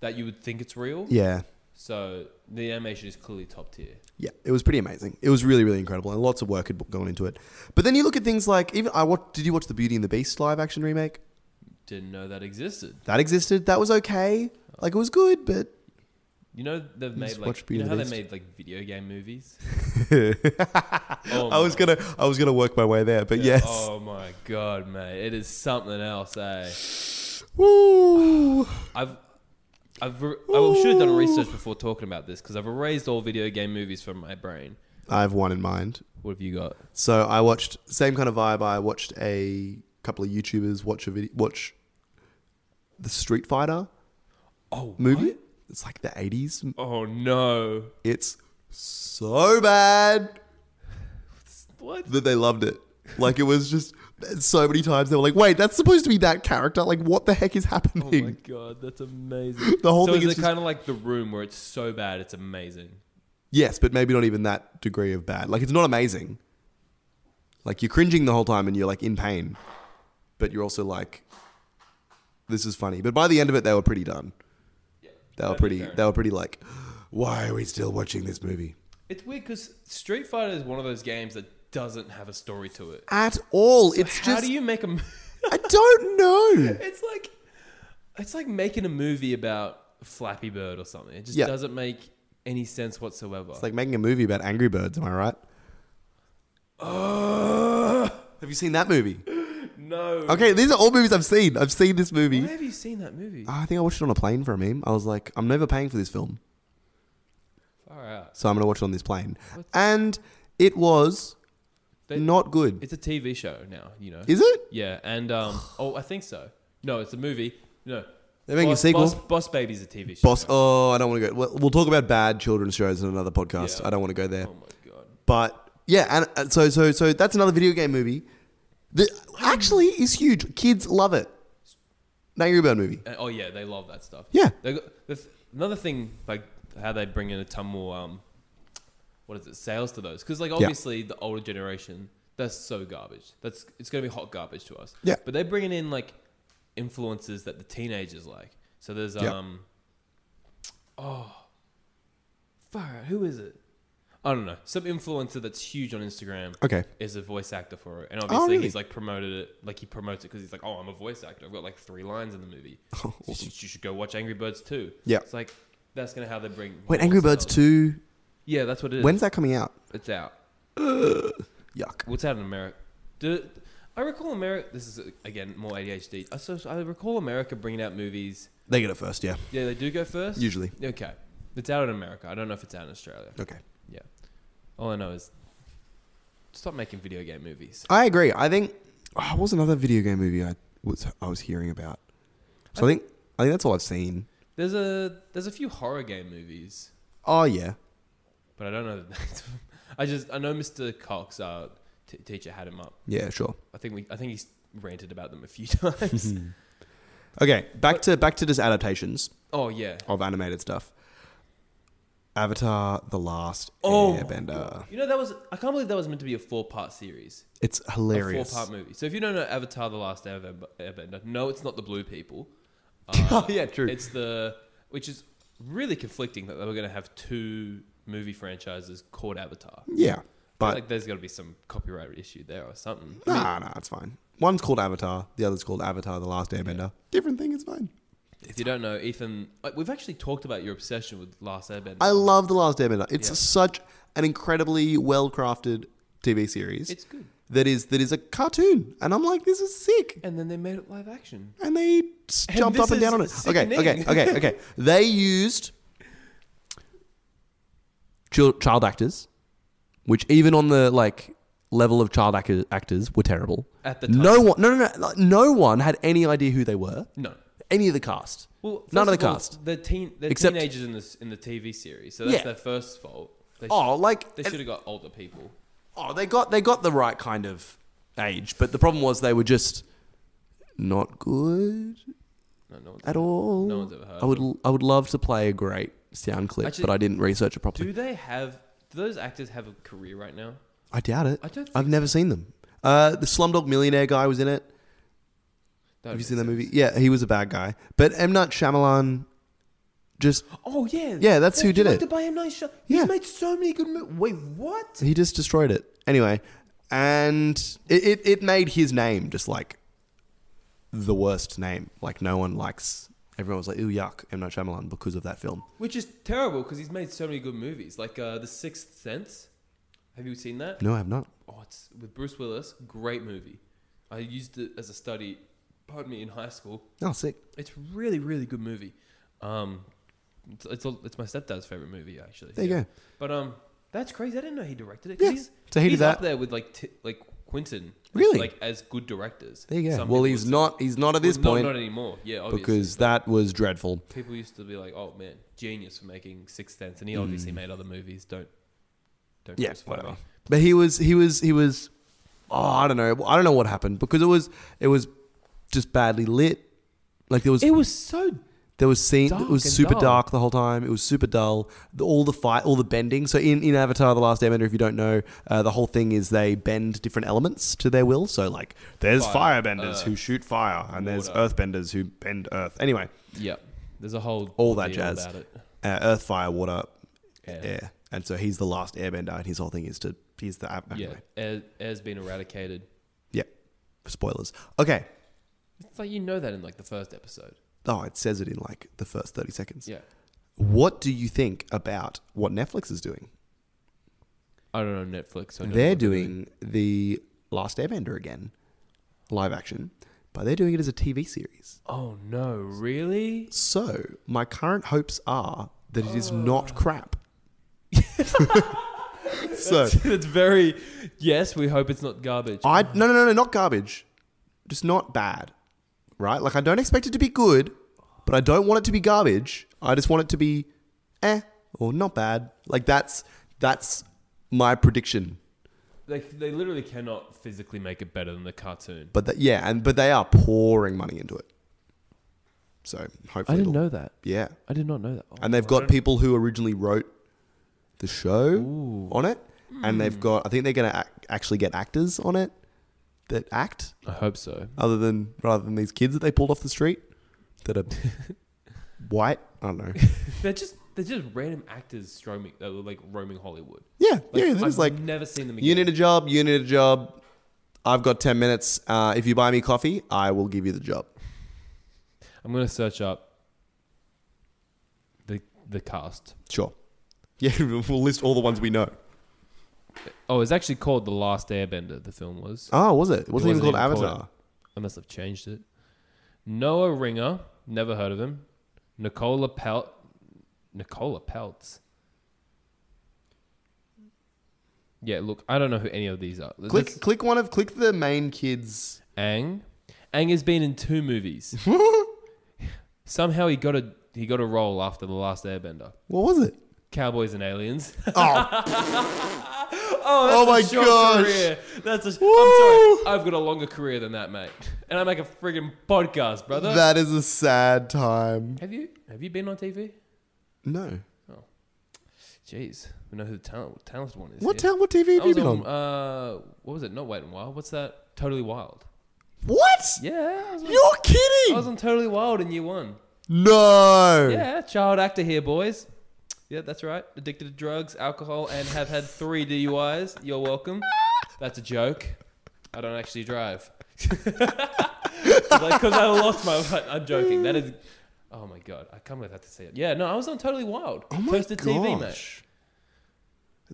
Speaker 2: that you would think it's real.
Speaker 1: yeah,
Speaker 2: So the animation is clearly top tier.
Speaker 1: yeah. It was pretty amazing. It was really, really incredible, and lots of work had gone into it. But then you look at things like, even I watched. Did you watch the Beauty and the Beast live action remake?
Speaker 2: Didn't know that existed.
Speaker 1: That existed. That was okay. Like it was good, but
Speaker 2: You know they've made
Speaker 1: Just
Speaker 2: like
Speaker 1: watch Beauty
Speaker 2: you know
Speaker 1: and
Speaker 2: how
Speaker 1: the
Speaker 2: they made like video game movies. Oh
Speaker 1: I was
Speaker 2: my
Speaker 1: gonna, I was gonna work my way there. But yes,
Speaker 2: Oh my god, mate! It is something else, eh?
Speaker 1: Woo.
Speaker 2: I've. I've re- I should have done research before talking about this because I've erased all video game movies from my brain.
Speaker 1: I have one in mind.
Speaker 2: What have you got?
Speaker 1: So I watched same kind of vibe. I watched a couple of YouTubers watch a video, watch the Street Fighter
Speaker 2: Oh,
Speaker 1: movie.
Speaker 2: what?
Speaker 1: It's like the eighties.
Speaker 2: Oh no!
Speaker 1: It's so bad
Speaker 2: What?
Speaker 1: that they loved it. Like it was just so many times they were like, "Wait, that's supposed to be that character. Like, what the heck is
Speaker 2: Oh my
Speaker 1: happening?"
Speaker 2: god, that's amazing.
Speaker 1: The whole
Speaker 2: so
Speaker 1: thing
Speaker 2: is,
Speaker 1: is
Speaker 2: it
Speaker 1: just-
Speaker 2: kind of like the room where it's so bad it's amazing.
Speaker 1: yes, but maybe not even that degree of bad. Like, it's not amazing. Like you're cringing the whole time and you're like in pain, but you're also like, "This is funny." But by the end of it, they were pretty done.
Speaker 2: Yeah,
Speaker 1: They were pretty. They were pretty like, why are we still watching this movie
Speaker 2: It's weird because Street Fighter is one of those games that doesn't have a story to it.
Speaker 1: at all? it's
Speaker 2: How
Speaker 1: just
Speaker 2: do you make a? m-
Speaker 1: I don't know.
Speaker 2: it's like, it's like making a movie about Flappy Bird or something. It just
Speaker 1: Yeah.
Speaker 2: doesn't make any sense whatsoever.
Speaker 1: It's like making a movie about Angry Birds. Am I right?
Speaker 2: Ugh,
Speaker 1: Have you seen that movie?
Speaker 2: no.
Speaker 1: Okay, these are all movies I've seen. I've seen this movie.
Speaker 2: Why have you seen that movie?
Speaker 1: Ah, I think I watched it on a plane for a meme. I was like, I'm never paying for this film,
Speaker 2: Far out.
Speaker 1: so I'm gonna watch it on this plane. And it was
Speaker 2: They-
Speaker 1: not good.
Speaker 2: It's a TV show now. You know.
Speaker 1: Is it?
Speaker 2: yeah, and um. Oh, I think so. No, it's a movie. No.
Speaker 1: They're making
Speaker 2: Boss,
Speaker 1: a sequel.
Speaker 2: Boss, Boss Baby's a TV show.
Speaker 1: Boss. Oh, I don't want to go. We'll, we'll talk about bad children's shows in another podcast.
Speaker 2: Yeah.
Speaker 1: I don't want to go there.
Speaker 2: Oh my god.
Speaker 1: But yeah, and uh, so so so that's another video game movie that actually is huge. Kids love it. Angry Bird movie.
Speaker 2: And, oh yeah, they love that stuff.
Speaker 1: Yeah.
Speaker 2: They got, the th- another thing like how they bring in a ton more um, what is it sales to those? Because like obviously the older generation that's so garbage. That's it's gonna be hot garbage to us.
Speaker 1: Yeah.
Speaker 2: But they're bringing in like influences that the teenagers like. So there's
Speaker 1: Yeah.
Speaker 2: um, oh, far who is it? I don't know. Some influencer that's huge on Instagram
Speaker 1: Okay. Oh,
Speaker 2: is a voice actor for it, and obviously
Speaker 1: really?
Speaker 2: he's like promoted it, like he promotes it because he's like, oh, I'm a voice actor. I've got like three lines in the movie. So you, should, you should go watch Angry Birds too.
Speaker 1: Yeah.
Speaker 2: it's like that's gonna how they bring.
Speaker 1: Wait, Angry Birds
Speaker 2: Two.
Speaker 1: two.
Speaker 2: Yeah, that's what it is.
Speaker 1: When's that coming out?
Speaker 2: it's out.
Speaker 1: Yuck.
Speaker 2: What's out in America? Do, I recall America. This is again more ADHD. I, so, I recall America bringing out movies.
Speaker 1: They get it first. Yeah.
Speaker 2: Yeah, they do go first.
Speaker 1: Usually.
Speaker 2: Okay, it's out in America. I don't know if it's out in Australia.
Speaker 1: Okay.
Speaker 2: Yeah, all I know is stop making video game movies.
Speaker 1: I agree. I think oh, what was another video game movie I was I was hearing about. So I think I think that's all I've seen.
Speaker 2: There's a there's a few horror game movies,
Speaker 1: Oh yeah.
Speaker 2: but I don't know. the names of 'em. I just I know Mr. Cox uh, t- teacher had him up.
Speaker 1: Yeah, sure.
Speaker 2: I think we I think he's ranted about them a few times.
Speaker 1: Hmm. Okay, back to back to just adaptations
Speaker 2: oh yeah.
Speaker 1: of animated stuff. Avatar: The Last
Speaker 2: Oh my
Speaker 1: Airbender.
Speaker 2: You know that was I can't believe that was meant to be a four part series.
Speaker 1: It's hilarious.
Speaker 2: A four part movie. So if you don't know Avatar: The Last Airbender, Airbender, no, it's not the blue people. Uh,
Speaker 1: Oh, yeah, true.
Speaker 2: It's the which is really conflicting that they were going to have two movie franchises called Avatar.
Speaker 1: yeah, but
Speaker 2: like, there's got to be some copyright issue there or something. I mean,
Speaker 1: nah, nah, it's fine. One's called Avatar, the other's called Avatar: The Last Airbender. Different thing, it's fine.
Speaker 2: if you don't know, Ethan, uh, we've actually talked about your obsession with Last Airbender.
Speaker 1: I love The Last Airbender. It's
Speaker 2: Yeah.
Speaker 1: such an incredibly well-crafted TV series
Speaker 2: it's good.
Speaker 1: that is that is a cartoon, and I'm like, this is sick.
Speaker 2: And then they made it live action.
Speaker 1: and they s-
Speaker 2: And
Speaker 1: jumped up
Speaker 2: this
Speaker 1: and down on it.
Speaker 2: is
Speaker 1: Okay, okay,
Speaker 2: sickening.
Speaker 1: okay, okay. They used chil- child actors, which even on the like level of child actor- actors were terrible.
Speaker 2: At the
Speaker 1: No one, no, no, no, like, no one had any idea who they were.
Speaker 2: No.
Speaker 1: Any of the cast.
Speaker 2: Well, first
Speaker 1: None of
Speaker 2: of,
Speaker 1: the
Speaker 2: all,
Speaker 1: cast.
Speaker 2: They're, teen, they're
Speaker 1: Except-
Speaker 2: teenagers in, this, in the TV series, so that's
Speaker 1: Yeah.
Speaker 2: their first fault. They, sh-
Speaker 1: Oh, like
Speaker 2: they
Speaker 1: and-
Speaker 2: should have got older people.
Speaker 1: oh, they got they got the right kind of age, but the problem was they were just not good
Speaker 2: No, no one's
Speaker 1: at all.
Speaker 2: No one's ever heard
Speaker 1: I would I would love to play a great sound clip,
Speaker 2: Actually,
Speaker 1: but I didn't research it properly.
Speaker 2: Do they have? Do those actors have a career right now?
Speaker 1: I doubt it.
Speaker 2: I don't. Think
Speaker 1: I've never seen them. Uh, the Slumdog Millionaire guy was in it.
Speaker 2: that
Speaker 1: Have you
Speaker 2: makes
Speaker 1: seen that
Speaker 2: sense.
Speaker 1: movie? Yeah, he was a bad guy. But M Night Shyamalan, just
Speaker 2: Oh yeah.
Speaker 1: Yeah, that's who did it.
Speaker 2: By M Night Shyam-
Speaker 1: Yeah.
Speaker 2: He's made so many good movies. Wait, what?
Speaker 1: he just destroyed it. Anyway, and it, it, it made his name just like the worst name. Like no one likes. Everyone was like, "Ooh, yuck!" M Night Shyamalan because of that film.
Speaker 2: Which is terrible because he's made so many good movies, like uh, The Sixth Sense. Have you seen that?
Speaker 1: No, I have not.
Speaker 2: Oh, it's with Bruce Willis. Great movie. I used it as a study. Pardon me, in high school.
Speaker 1: Oh, sick.
Speaker 2: It's really, really good movie. Um, it's it's, a- it's my stepdad's favorite movie actually.
Speaker 1: There you
Speaker 2: Yeah.
Speaker 1: go.
Speaker 2: But um, that's crazy. I didn't know he directed it.
Speaker 1: Yeah.
Speaker 2: He's,
Speaker 1: So he did
Speaker 2: he's
Speaker 1: that.
Speaker 2: up there with like t- like Quentin.
Speaker 1: Really?
Speaker 2: Like as good directors.
Speaker 1: There you go.
Speaker 2: Some
Speaker 1: well,
Speaker 2: people
Speaker 1: he's
Speaker 2: would say-
Speaker 1: not. He's not at this
Speaker 2: Well, not-
Speaker 1: point
Speaker 2: Not anymore. Yeah, obviously.
Speaker 1: because that was dreadful.
Speaker 2: people used to be like, "Oh man, genius for making Sixth Sense," and he obviously made other movies. Don't don't
Speaker 1: Mm. Yeah,
Speaker 2: crucify me.
Speaker 1: whatever. But he was, he was, he was. Oh, I don't know. I don't know what happened because it was, it was just badly lit. Like there was,
Speaker 2: It was so
Speaker 1: there was scene.
Speaker 2: dark
Speaker 1: It was
Speaker 2: and
Speaker 1: super
Speaker 2: dull.
Speaker 1: dark the whole time. It was super dull. The, all the fight, all the bending. So in, in Avatar: The Last Airbender, if you don't know, uh, the whole thing is they bend different elements to their will. So like, there's
Speaker 2: Fire,
Speaker 1: firebenders
Speaker 2: earth,
Speaker 1: who shoot fire, and there's
Speaker 2: water.
Speaker 1: earthbenders who bend earth. Anyway,
Speaker 2: yeah. There's a whole
Speaker 1: All that
Speaker 2: ordeal
Speaker 1: jazz.
Speaker 2: about it.
Speaker 1: uh, earth, fire, water,
Speaker 2: Air.
Speaker 1: air. And so he's the last Airbender, and his whole thing is to he's the
Speaker 2: Yeah,
Speaker 1: anyway.
Speaker 2: air, air's been eradicated.
Speaker 1: yeah. Spoilers. Okay.
Speaker 2: It's like you know that in like the first episode.
Speaker 1: Oh, it says it in like the first 30 seconds.
Speaker 2: Yeah,
Speaker 1: What do you think about what Netflix is doing?
Speaker 2: I don't know Netflix. So I don't know
Speaker 1: They're
Speaker 2: what
Speaker 1: doing The Last Airbender again, live action, but they're doing it as a TV series.
Speaker 2: Oh no, really?
Speaker 1: So, my current hopes are that it is not crap. so,
Speaker 2: it's very. Yes, we hope it's not garbage.
Speaker 1: I no no no no not garbage, just not bad, right? Like I don't expect it to be good, but I don't want it to be garbage. I just want it to be, eh, or not bad. Like that's that's my prediction.
Speaker 2: They, they literally cannot physically make it better than the cartoon.
Speaker 1: But that yeah, and but they are pouring money into it. So hopefully, it'll-
Speaker 2: know Oh, that.
Speaker 1: Yeah,
Speaker 2: I did not know that.
Speaker 1: and they've got people who originally wrote the show on it, and they've got I think they're gonna ac- actually get actors on it that act.
Speaker 2: I hope so.
Speaker 1: other than rather than these kids that they pulled off the street that are white. I don't know.
Speaker 2: They're just they're just random actors roaming that were like roaming Hollywood.
Speaker 1: Yeah,
Speaker 2: Like,
Speaker 1: yeah. They're
Speaker 2: I've
Speaker 1: just like,
Speaker 2: never seen them again.
Speaker 1: you need a job. You need a job. I've got ten minutes. Uh, if you buy me coffee, I will give you the job.
Speaker 2: I'm gonna search up the the cast.
Speaker 1: Sure. Yeah, we'll list all the ones we know.
Speaker 2: Oh, it's actually called The Last Airbender. The film was.
Speaker 1: Oh, was it? It wasn't,
Speaker 2: wasn't
Speaker 1: even called
Speaker 2: even called
Speaker 1: Avatar.
Speaker 2: I must have changed it. Noah Ringer, never heard of him. Nicola Pelt, Nicola Peltz. Yeah, look, I don't know who any of these are.
Speaker 1: Click,
Speaker 2: That's
Speaker 1: click one of click the main kids.
Speaker 2: Ang. Ang has been in two movies. Somehow he got a he got a role after the last Airbender.
Speaker 1: What was it?
Speaker 2: Cowboys and Aliens.
Speaker 1: Oh,
Speaker 2: Oh, that's
Speaker 1: Oh
Speaker 2: a
Speaker 1: my
Speaker 2: short
Speaker 1: gosh.
Speaker 2: Career. That's a. sh-
Speaker 1: Woo.
Speaker 2: I'm sorry. I've got a longer career than that, mate. And I make a friggin' podcast, brother.
Speaker 1: That is a sad time.
Speaker 2: have you Have you been on TV?
Speaker 1: No.
Speaker 2: Jeez, we know who the talent, talented one is.
Speaker 1: What,
Speaker 2: here.
Speaker 1: ta- what TV
Speaker 2: I
Speaker 1: have you
Speaker 2: was
Speaker 1: been on?
Speaker 2: on, Uh, what was it? Not Wait and Wild. What's that? Totally Wild.
Speaker 1: What?
Speaker 2: Yeah, I was on,
Speaker 1: You're
Speaker 2: I was
Speaker 1: kidding!
Speaker 2: on Totally Wild in Year One.
Speaker 1: No!
Speaker 2: Yeah, child actor here, boys. Yeah, that's right. Addicted to drugs, alcohol, and have had three DUIs. You're welcome. That's a joke. I don't actually drive. Because I lost my. I'm joking. That is. Oh my god, I can't believe I had to say it. Yeah, no, I was on Totally Wild.
Speaker 1: Oh my
Speaker 2: Toasted TV, mate.
Speaker 1: gosh.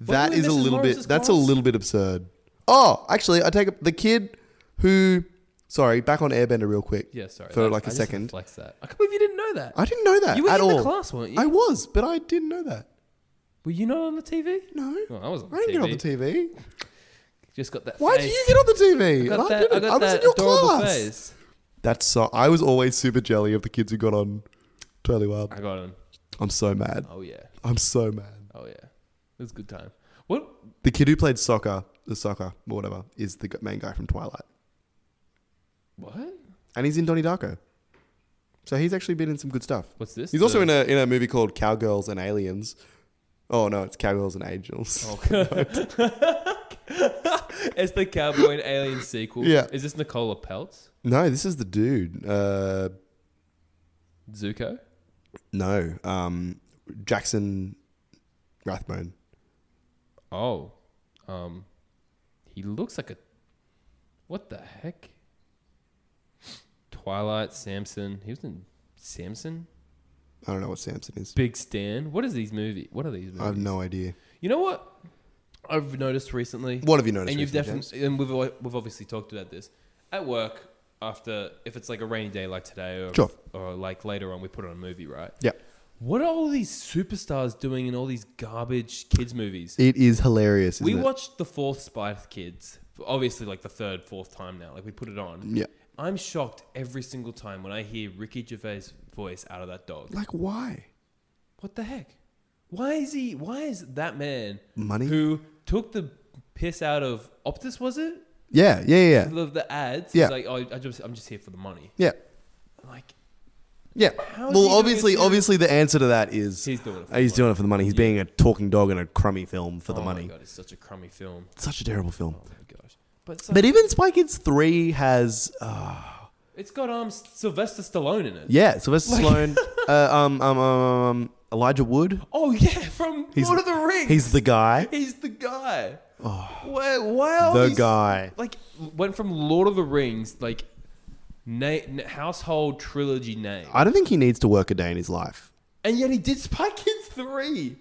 Speaker 1: That
Speaker 2: Wasn't
Speaker 1: is
Speaker 2: it
Speaker 1: a
Speaker 2: Mrs.
Speaker 1: little
Speaker 2: Lawrence's
Speaker 1: bit. That's a
Speaker 2: class?
Speaker 1: little bit absurd. Oh, actually, I take up the kid who. Sorry, back on Airbender real quick.
Speaker 2: Yeah, sorry.
Speaker 1: For
Speaker 2: I-
Speaker 1: like
Speaker 2: I
Speaker 1: a
Speaker 2: just
Speaker 1: second.
Speaker 2: Flex that. I can't believe you didn't know that.
Speaker 1: I didn't know that
Speaker 2: you were
Speaker 1: at
Speaker 2: in
Speaker 1: all.
Speaker 2: the class, weren't you?
Speaker 1: I was, but I didn't know that.
Speaker 2: were you not on the TV?
Speaker 1: No,
Speaker 2: No, I was on
Speaker 1: I didn't
Speaker 2: the TV.
Speaker 1: get on the TV.
Speaker 2: Just got that.
Speaker 1: Why
Speaker 2: face.
Speaker 1: did you get on the TV?
Speaker 2: I
Speaker 1: And
Speaker 2: got that,
Speaker 1: didn't.
Speaker 2: I got
Speaker 1: was
Speaker 2: that
Speaker 1: in your
Speaker 2: adorable
Speaker 1: class.
Speaker 2: face.
Speaker 1: That's so. I was always super jelly of the kids who got on Totally Wild.
Speaker 2: I got him.
Speaker 1: I'm so mad.
Speaker 2: Oh yeah.
Speaker 1: I'm so mad.
Speaker 2: Oh yeah, it was a good time. What?
Speaker 1: The kid who played soccer, the soccer or whatever, is the g- main guy from Twilight,
Speaker 2: What?
Speaker 1: and he's in Donnie Darko. So he's actually been in some good stuff.
Speaker 2: What's this?
Speaker 1: He's also in a in a movie called Cowgirls and Aliens. Oh no, it's Cowgirls and Angels.
Speaker 2: Oh. it's the Cowboy and Alien sequel.
Speaker 1: Yeah.
Speaker 2: Is this Nicola Peltz?
Speaker 1: No, this is the dude. Uh,
Speaker 2: Zuko?
Speaker 1: no, um, Jackson Rathbone.
Speaker 2: Oh, um, he looks like a. What the heck? Twilight, Samson. He was in Samson.
Speaker 1: I don't know what Samson is.
Speaker 2: Big Stan. What is these movie? What are these movies?
Speaker 1: I have no idea.
Speaker 2: You know what? I've noticed recently.
Speaker 1: What have you noticed?
Speaker 2: and you've
Speaker 1: recently, James?
Speaker 2: definitely and we've al- we've obviously talked about this at work after if it's like a rainy day like today or
Speaker 1: Sure.
Speaker 2: or like later on we put on a movie right
Speaker 1: Yeah.
Speaker 2: what are all these superstars doing in all these garbage kids movies
Speaker 1: It is hilarious. Isn't
Speaker 2: we
Speaker 1: it?
Speaker 2: watched the fourth Spice Kids obviously like the third fourth time now like we put it on
Speaker 1: Yeah.
Speaker 2: I'm shocked every single time when I hear Ricky Gervais' voice out of that dog
Speaker 1: Like why?
Speaker 2: what the heck why is he why is that man
Speaker 1: Money?
Speaker 2: who took the piss out of Optus was it
Speaker 1: Yeah, yeah, yeah,
Speaker 2: the, the ads.
Speaker 1: Yeah.
Speaker 2: It's like, oh, I just, I'm just here for the money.
Speaker 1: yeah,
Speaker 2: Like,
Speaker 1: yeah.
Speaker 2: How is he
Speaker 1: Well,
Speaker 2: doing
Speaker 1: obviously,
Speaker 2: it too?
Speaker 1: obviously, the answer to that is
Speaker 2: he's doing it for
Speaker 1: uh, he's
Speaker 2: the money.
Speaker 1: doing it for the money. He's being a talking dog in a crummy film for the
Speaker 2: oh
Speaker 1: money.
Speaker 2: My God, it's such a crummy film.
Speaker 1: Such a terrible
Speaker 2: Oh
Speaker 1: film.
Speaker 2: my gosh. But it's, like,
Speaker 1: But even Spy Kids Three has, uh,
Speaker 2: it's got um Sylvester Stallone in it.
Speaker 1: yeah, Sylvester Stallone, uh, um, um, um, um, Elijah Wood.
Speaker 2: Oh yeah, from
Speaker 1: He's-
Speaker 2: Lord of the Rings.
Speaker 1: He's the guy.
Speaker 2: He's the guy. Why? Why are
Speaker 1: The
Speaker 2: these-
Speaker 1: guy.
Speaker 2: Like went from Lord of the Rings like na- n- household trilogy name,
Speaker 1: I don't think he needs to work a day in his life.
Speaker 2: and yet he did Spy Kids three.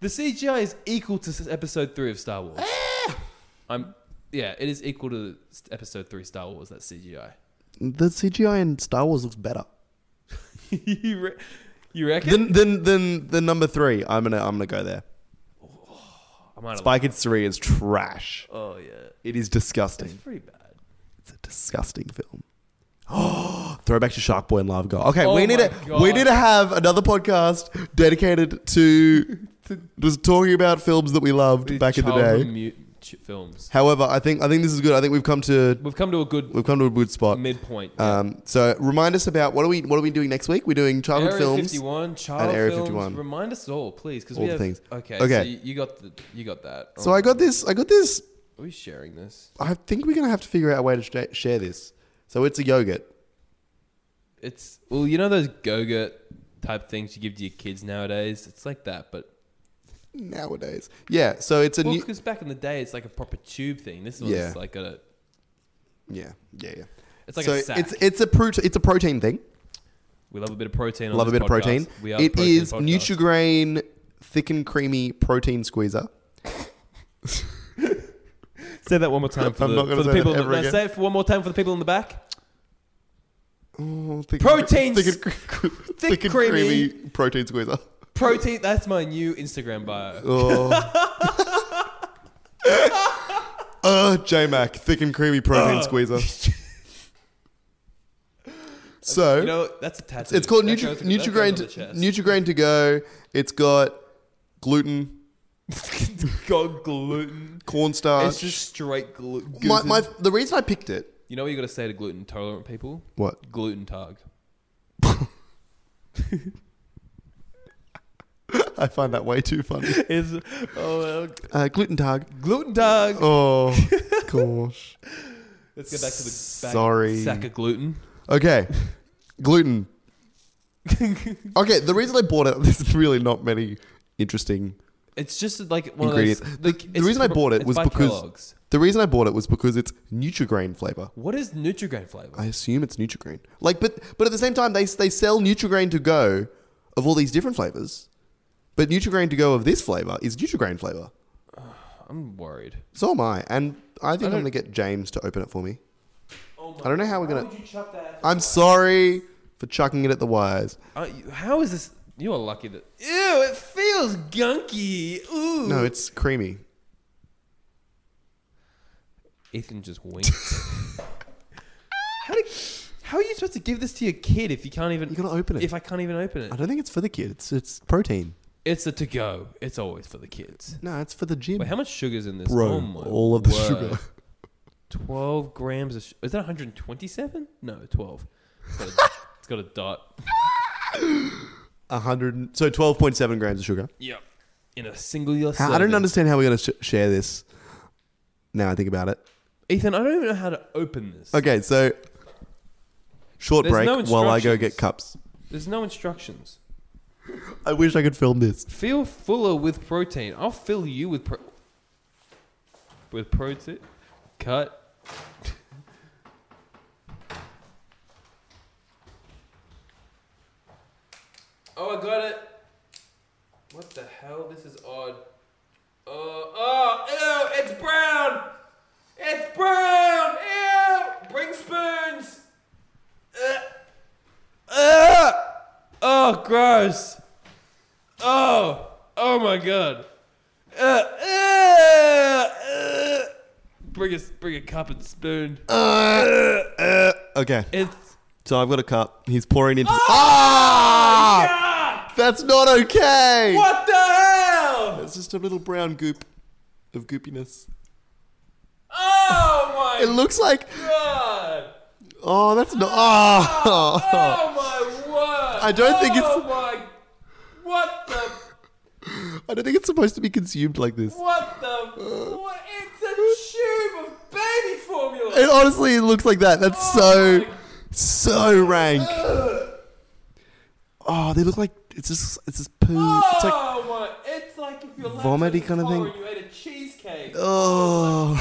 Speaker 2: The CGI is equal to s- episode three of Star Wars.
Speaker 1: Ah!
Speaker 2: I'm yeah, it is equal to s- episode three Star Wars. That CGI.
Speaker 1: The CGI in Star Wars looks better
Speaker 2: you, re- you
Speaker 1: than
Speaker 2: reckon?
Speaker 1: than than the number three. I'm gonna I'm gonna go there.
Speaker 2: I might have.
Speaker 1: Spy Kids Three is trash.
Speaker 2: Oh yeah,
Speaker 1: It is
Speaker 2: it's
Speaker 1: disgusting.
Speaker 2: pretty bad.
Speaker 1: It's a disgusting film. Oh, throwback to Shark Boy and Love Girl. Okay, we
Speaker 2: Oh
Speaker 1: need
Speaker 2: my
Speaker 1: to we
Speaker 2: God.
Speaker 1: need to have another podcast dedicated to just talking about films that we loved back in the
Speaker 2: Childhood
Speaker 1: day.
Speaker 2: mute ch- films.
Speaker 1: However, I think I think this is good. I think we've come to
Speaker 2: We've come to a good
Speaker 1: we've come to a good spot.
Speaker 2: midpoint.
Speaker 1: Um, so remind us about what are we what are we doing next week? We're doing childhood
Speaker 2: Area
Speaker 1: films.
Speaker 2: 51, child
Speaker 1: Area
Speaker 2: films.
Speaker 1: 51.
Speaker 2: Remind us all, please, because
Speaker 1: All
Speaker 2: we
Speaker 1: the
Speaker 2: have
Speaker 1: things.
Speaker 2: Okay,
Speaker 1: Okay.
Speaker 2: So you, you got the you got that.
Speaker 1: So
Speaker 2: Oh,
Speaker 1: I got this. I got this.
Speaker 2: Are we sharing this?
Speaker 1: I think we're gonna have to figure out a way to sh- share this. So it's a yogurt.
Speaker 2: It's well, you know those go-gurt type things you give to your kids nowadays. It's like that, but
Speaker 1: nowadays. Yeah, so it's a
Speaker 2: well,
Speaker 1: new.
Speaker 2: because back in the day, it's like a proper tube thing. This one's
Speaker 1: Yeah.
Speaker 2: like a
Speaker 1: Yeah, yeah, yeah.
Speaker 2: it's like
Speaker 1: so
Speaker 2: a sack.
Speaker 1: it's it's a pro- it's a protein thing.
Speaker 2: we love a bit of protein. On
Speaker 1: Love a
Speaker 2: this
Speaker 1: bit of protein.
Speaker 2: podcast. We are
Speaker 1: It
Speaker 2: protein
Speaker 1: is
Speaker 2: podcast.
Speaker 1: Nutrigrain thick and creamy protein squeezer.
Speaker 2: Say that one more time for
Speaker 1: I'm
Speaker 2: the,
Speaker 1: not gonna
Speaker 2: for the
Speaker 1: say that
Speaker 2: people. in the-
Speaker 1: ever
Speaker 2: no,
Speaker 1: again.
Speaker 2: say it for one more time for the people in the back.
Speaker 1: Oh, thick
Speaker 2: Protein
Speaker 1: thick and, cr- thick and
Speaker 2: creamy.
Speaker 1: creamy protein squeezer.
Speaker 2: Protein. That's my new Instagram bio.
Speaker 1: Oh. uh, JMac thick and creamy
Speaker 2: Uh.
Speaker 1: protein squeezer. so
Speaker 2: You know that's a tattoo.
Speaker 1: It's called
Speaker 2: That
Speaker 1: Nutri-
Speaker 2: goes- that goes on
Speaker 1: Nutrigrain.
Speaker 2: the
Speaker 1: To,
Speaker 2: chest.
Speaker 1: Nutrigrain to go. It's got gluten,
Speaker 2: got gluten.
Speaker 1: cornstarch.
Speaker 2: It's just straight gluten.
Speaker 1: Uh, my, my, the reason I picked it.
Speaker 2: you know what you got to say to gluten tolerant people?
Speaker 1: What?
Speaker 2: Gluten tag.
Speaker 1: I find that way too funny.
Speaker 2: Is oh
Speaker 1: Uh, gluten tag.
Speaker 2: gluten tag.
Speaker 1: Oh gosh.
Speaker 2: Let's get back to the bag-
Speaker 1: Sorry.
Speaker 2: sack of gluten.
Speaker 1: Okay, gluten. Okay, the reason I bought it. There's really not many interesting
Speaker 2: It's just like one
Speaker 1: ingredients.
Speaker 2: of those.
Speaker 1: The-
Speaker 2: Like,
Speaker 1: the,
Speaker 2: it's
Speaker 1: reason I
Speaker 2: pro-
Speaker 1: bought it
Speaker 2: it's
Speaker 1: was
Speaker 2: by
Speaker 1: because
Speaker 2: Kellogg's.
Speaker 1: the reason I bought it was because it's Nutrigrain flavor.
Speaker 2: What is Nutrigrain flavor?
Speaker 1: I assume it's Nutrigrain. Like, but but at the same time, they they sell Nutrigrain to go of all these different flavors, but Nutrigrain to go of this flavor is Nutrigrain flavor.
Speaker 2: I'm worried.
Speaker 1: So am I, and I think
Speaker 2: I
Speaker 1: I am
Speaker 2: don't-
Speaker 1: gonna get James to open it for me.
Speaker 2: Oh my
Speaker 1: I don't know how we're gonna.
Speaker 2: you chuck that?
Speaker 1: I'm sorry for chucking it at the wires.
Speaker 2: Uh, how is this? You are lucky that. Ew! It feels gunky. Ooh.
Speaker 1: No, it's creamy.
Speaker 2: Ethan just winked. how, do, how are you supposed to give this to your kid if you can't even?
Speaker 1: You gotta open it.
Speaker 2: If I can't even open it,
Speaker 1: I don't think it's for the kid. It's it's protein.
Speaker 2: it's a to go. It's always for the kids.
Speaker 1: No, it's for the gym.
Speaker 2: Wait, how much sugar's in this?
Speaker 1: Bro,
Speaker 2: Oh my
Speaker 1: all of the
Speaker 2: word.
Speaker 1: sugar.
Speaker 2: Twelve grams of. Sh- is that 127? No, twelve. It's got a, it's got a dot.
Speaker 1: A hundred. So twelve point seven grams of sugar.
Speaker 2: Yep. In a singular.
Speaker 1: How, I don't
Speaker 2: serving.
Speaker 1: understand how we're gonna sh- share this. Now I think about it.
Speaker 2: Ethan, I don't even know how to open this.
Speaker 1: Okay, so short
Speaker 2: There's
Speaker 1: break
Speaker 2: no
Speaker 1: while I go
Speaker 2: instructions.
Speaker 1: get cups.
Speaker 2: There's no instructions.
Speaker 1: I wish I could film this.
Speaker 2: Feel fuller with protein. I'll fill you with pro- with protein. Cut. oh, I got it. What the hell? This is odd. Uh, oh, ew! It's brown. It's brown. Ew! Bring spoons. Ugh. Ugh! Oh, gross. Oh, oh my god. Uh, uh, uh. Bring a bring a cup and spoon.
Speaker 1: Okay,
Speaker 2: It's
Speaker 1: so I've got a cup. He's pouring into. Ah!
Speaker 2: ah,
Speaker 1: That's not okay.
Speaker 2: what the hell?
Speaker 1: It's just a little brown goop of goopiness.
Speaker 2: Oh
Speaker 1: It
Speaker 2: my
Speaker 1: looks like.
Speaker 2: god.
Speaker 1: Oh, that's not. Oh.
Speaker 2: Oh my word.
Speaker 1: I don't think it's-
Speaker 2: Oh my. What the?
Speaker 1: I don't think it's supposed to be consumed like this.
Speaker 2: What the? What? It's a tube of baby formula.
Speaker 1: It honestly looks like that. That's
Speaker 2: Oh
Speaker 1: so, so rank. Oh, they look like it's just it's just poo. It's like
Speaker 2: oh my! It's like if you're
Speaker 1: Vomity
Speaker 2: lactose
Speaker 1: kinda thing.
Speaker 2: intolerant, You ate a cheesecake.
Speaker 1: oh.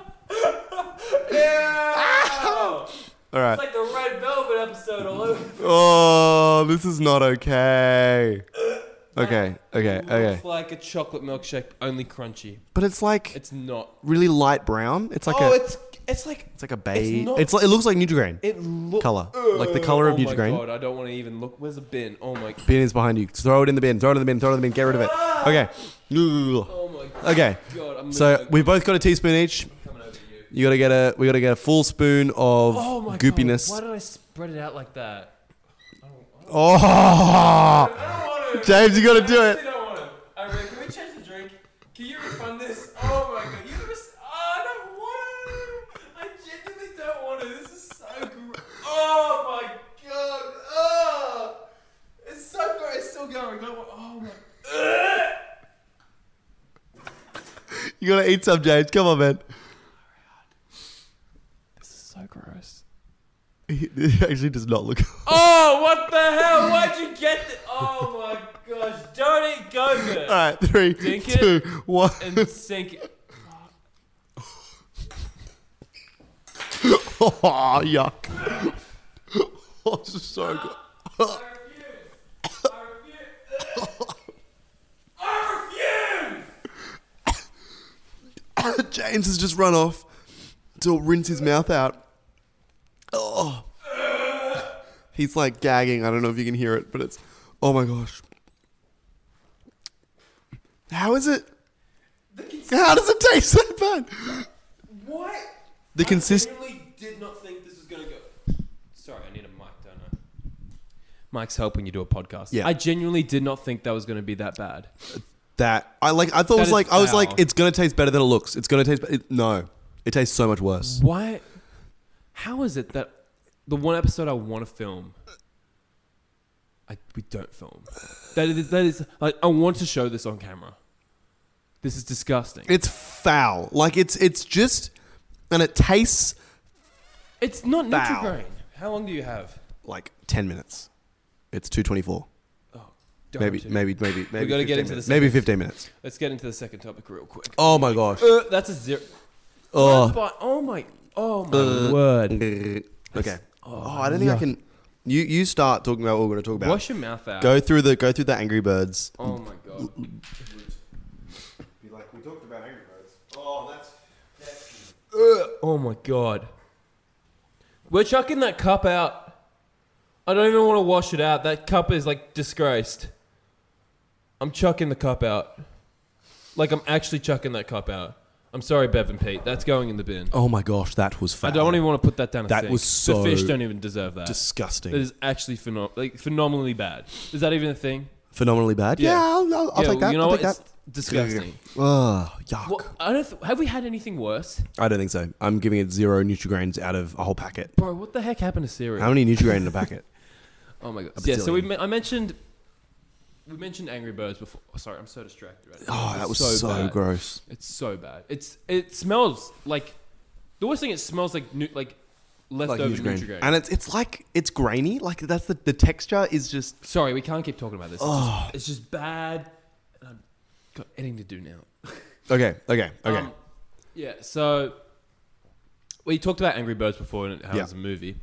Speaker 1: Ah.
Speaker 2: Yeah.
Speaker 1: All right.
Speaker 2: It's like the Red Velvet episode all over.
Speaker 1: Oh, this is not okay. Okay, okay, okay.
Speaker 2: It's like a chocolate milkshake, only crunchy.
Speaker 1: But it's like
Speaker 2: It's not.
Speaker 1: really light brown. It's like
Speaker 2: oh,
Speaker 1: a it's,
Speaker 2: it's it's like
Speaker 1: like a beige. It's,
Speaker 2: not-
Speaker 1: like it looks like Nutrigrain.
Speaker 2: it looks
Speaker 1: Colour. Like the colour of
Speaker 2: oh
Speaker 1: Nutri-Grain.
Speaker 2: Oh my god! I don't want to even look. Where's the bin? Oh my.
Speaker 1: bin is behind you. Throw it in the bin. Throw it in the bin. Throw it in the bin. Get rid of it. Okay. Ugh.
Speaker 2: Oh my. God,
Speaker 1: Okay.
Speaker 2: I'm
Speaker 1: So
Speaker 2: literally
Speaker 1: we both got a teaspoon each.
Speaker 2: coming over you.
Speaker 1: You gotta get a we gotta get a full spoon of
Speaker 2: Oh my
Speaker 1: goopiness.
Speaker 2: god! Why did I spread it out like that?
Speaker 1: Oh,
Speaker 2: I don't want to.
Speaker 1: James, you gotta do it.
Speaker 2: I honestly don't want to. I mean, can we change the drink? Can you refund this? Oh my god! You never. s- Oh, I don't want to. I genuinely don't want to. This is so gross. Oh my god! Oh, it's so gross. It's still going. Don't want- oh my. Ugh.
Speaker 1: You gotta eat some, James. Come on, man.
Speaker 2: This is so gross.
Speaker 1: It actually does not look.
Speaker 2: Oh, what the hell? Why'd you get this? Oh my gosh! Don't eat
Speaker 1: All
Speaker 2: yogurt
Speaker 1: right, three,
Speaker 2: Dink
Speaker 1: two, one.
Speaker 2: and sink it.
Speaker 1: Oh, yuck. Oh, this is so good.
Speaker 2: I refuse. I refuse. I refuse.
Speaker 1: James has just run off to rinse his mouth out. Oh. He's like gagging. I don't know if you can hear it, but it's. Oh my gosh. How is it?
Speaker 2: The cons-
Speaker 1: How does it taste so bad?
Speaker 2: what?
Speaker 1: The
Speaker 2: I
Speaker 1: consist.
Speaker 2: genuinely did not think this was gonna go. Sorry, I need a mic, don't I? Mike's help when you do a podcast.
Speaker 1: Yeah.
Speaker 2: I genuinely did not think that was going to be that bad.
Speaker 1: That I like. I thought it
Speaker 2: That
Speaker 1: was
Speaker 2: is
Speaker 1: like I was
Speaker 2: foul.
Speaker 1: like it's gonna taste better than it looks. It's gonna taste. be- It, no, it tastes so much worse.
Speaker 2: Why? How is it that the one episode I want to film, I we don't film? That is that is like I want to show this on camera. This is disgusting.
Speaker 1: It's foul. Like it's it's just, and it tastes
Speaker 2: It's not
Speaker 1: Foul.
Speaker 2: Nutrigrain. How long do you have?
Speaker 1: like ten minutes. It's two twenty four.
Speaker 2: Oh, don't
Speaker 1: Maybe,
Speaker 2: do.
Speaker 1: maybe maybe maybe.
Speaker 2: gotta get
Speaker 1: 15
Speaker 2: into
Speaker 1: minutes.
Speaker 2: the
Speaker 1: Maybe
Speaker 2: second-
Speaker 1: fifteen minutes.
Speaker 2: Let's get into the second topic real quick.
Speaker 1: Oh my gosh.
Speaker 2: Uh, that's a zero.
Speaker 1: Oh.
Speaker 2: But, oh my. Oh my
Speaker 1: Uh,
Speaker 2: word.
Speaker 1: Okay.
Speaker 2: Oh,
Speaker 1: Oh, I don't think I
Speaker 2: yuck.
Speaker 1: can. You you start talking about what we're gonna talk about.
Speaker 2: Wash your mouth out.
Speaker 1: Go through the go through the Angry Birds.
Speaker 2: Oh my god.
Speaker 1: Be like we talked about Angry Birds. Oh, that's.
Speaker 2: Oh my god. We're chucking that cup out. I don't even want to wash it out. That cup is like disgraced. I'm chucking the cup out. Like I'm actually chucking that cup out. I'm sorry, Bev and Pete. That's going in the bin.
Speaker 1: Oh my gosh, that was foul.
Speaker 2: I don't even want to put that down. A
Speaker 1: That
Speaker 2: sink.
Speaker 1: was so
Speaker 2: the fish don't even deserve that.
Speaker 1: disgusting.
Speaker 2: It is actually phenom- like phenomenally bad. Is that even a thing?
Speaker 1: Phenomenally bad. Yeah,
Speaker 2: Yeah.
Speaker 1: I'll, I'll, I'll
Speaker 2: Yeah,
Speaker 1: take that.
Speaker 2: You know
Speaker 1: I'll
Speaker 2: what?
Speaker 1: take
Speaker 2: It's
Speaker 1: that.
Speaker 2: disgusting.
Speaker 1: Oh, yuck.
Speaker 2: Well, I don't th- have we had anything worse,
Speaker 1: I don't think so. I'm giving it zero Nutrigrains out of a whole packet.
Speaker 2: bro? What the heck happened to cereal?
Speaker 1: How many Nutrigrain in a packet?
Speaker 2: Oh my god!
Speaker 1: A
Speaker 2: Yeah, so we
Speaker 1: bazillion.
Speaker 2: me- I mentioned we mentioned Angry Birds before. Oh, sorry, I'm so distracted. Right now.
Speaker 1: Oh,
Speaker 2: It's
Speaker 1: that was so,
Speaker 2: bad.
Speaker 1: gross.
Speaker 2: It's so bad. It's it smells like the worst thing. It smells like nu- like leftover Nutrigrain.
Speaker 1: And it's it's like it's grainy. Like that's the the texture is just
Speaker 2: sorry, we can't keep talking about this. It's,
Speaker 1: Oh.
Speaker 2: just, it's just bad. And I've got editing to do now.
Speaker 1: okay. Okay. Okay.
Speaker 2: Um, yeah, so we talked about Angry Birds before and how
Speaker 1: Yeah.
Speaker 2: it's a movie.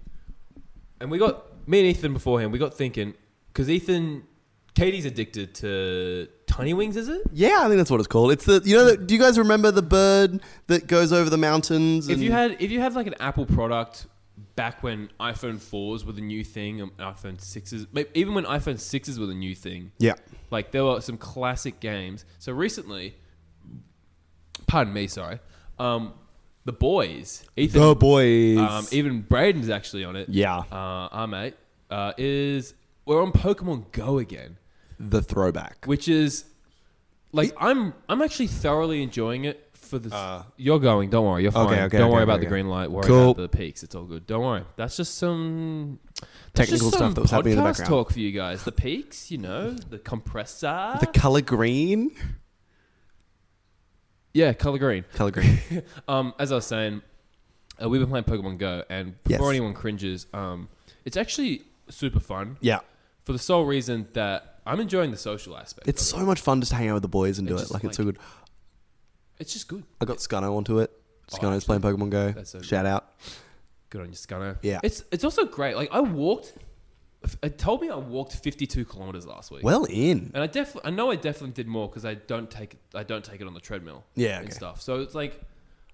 Speaker 2: And we got, me and Ethan beforehand, we got thinking, because Ethan, Katie's addicted to Tiny Wings, is it?
Speaker 1: yeah, I think that's what it's called. It's the you know. The, do you guys remember the bird that goes over the mountains?
Speaker 2: If
Speaker 1: and-
Speaker 2: you had, if you had like an Apple product back when iPhone 4s were the new thing, and iPhone 6s, maybe even when iPhone 6s were the new thing,
Speaker 1: yeah,
Speaker 2: Like there were some classic games. So recently, pardon me, sorry, um, the boys, Ethan,
Speaker 1: the Oh, boys.
Speaker 2: um, even Braden's actually on it.
Speaker 1: yeah,
Speaker 2: uh, our mate uh, is we're on Pokemon Go again,
Speaker 1: the throwback.
Speaker 2: which is like I'm I'm actually thoroughly enjoying it. For the
Speaker 1: Uh,
Speaker 2: you're going, don't worry, you're fine.
Speaker 1: Okay, okay,
Speaker 2: don't
Speaker 1: okay,
Speaker 2: worry about
Speaker 1: okay,
Speaker 2: the green light. Worry
Speaker 1: Cool.
Speaker 2: about the peaks. It's all good. Don't worry. That's just some that's
Speaker 1: Technical
Speaker 2: just
Speaker 1: stuff
Speaker 2: some
Speaker 1: that was happening in the
Speaker 2: podcast
Speaker 1: background.
Speaker 2: Talk for you guys. The peaks, you know, the compressor,
Speaker 1: The color green.
Speaker 2: Yeah, color green.
Speaker 1: Color green.
Speaker 2: Um, as I was saying, uh, we've been playing Pokemon Go, and
Speaker 1: Yes.
Speaker 2: before anyone cringes, um, it's actually super fun
Speaker 1: yeah,
Speaker 2: for the sole reason that I'm enjoying the social aspect.
Speaker 1: it's
Speaker 2: of
Speaker 1: so much fun just to hang out with the boys and
Speaker 2: It
Speaker 1: do it.
Speaker 2: just,
Speaker 1: Like, it's
Speaker 2: like-
Speaker 1: so good.
Speaker 2: it. it's just good.
Speaker 1: I got Scunno onto it.
Speaker 2: Oh,
Speaker 1: Scunno's playing Pokemon Go.
Speaker 2: That's so good.
Speaker 1: Shout out.
Speaker 2: Good on you, Scunno.
Speaker 1: Yeah.
Speaker 2: it's it's also great. Like I walked, it told me I walked 52 kilometers last week,
Speaker 1: Well in.
Speaker 2: and I definitely I know I definitely did more because I don't take I don't take it on the treadmill
Speaker 1: Yeah.
Speaker 2: and
Speaker 1: Okay.
Speaker 2: stuff. So it's like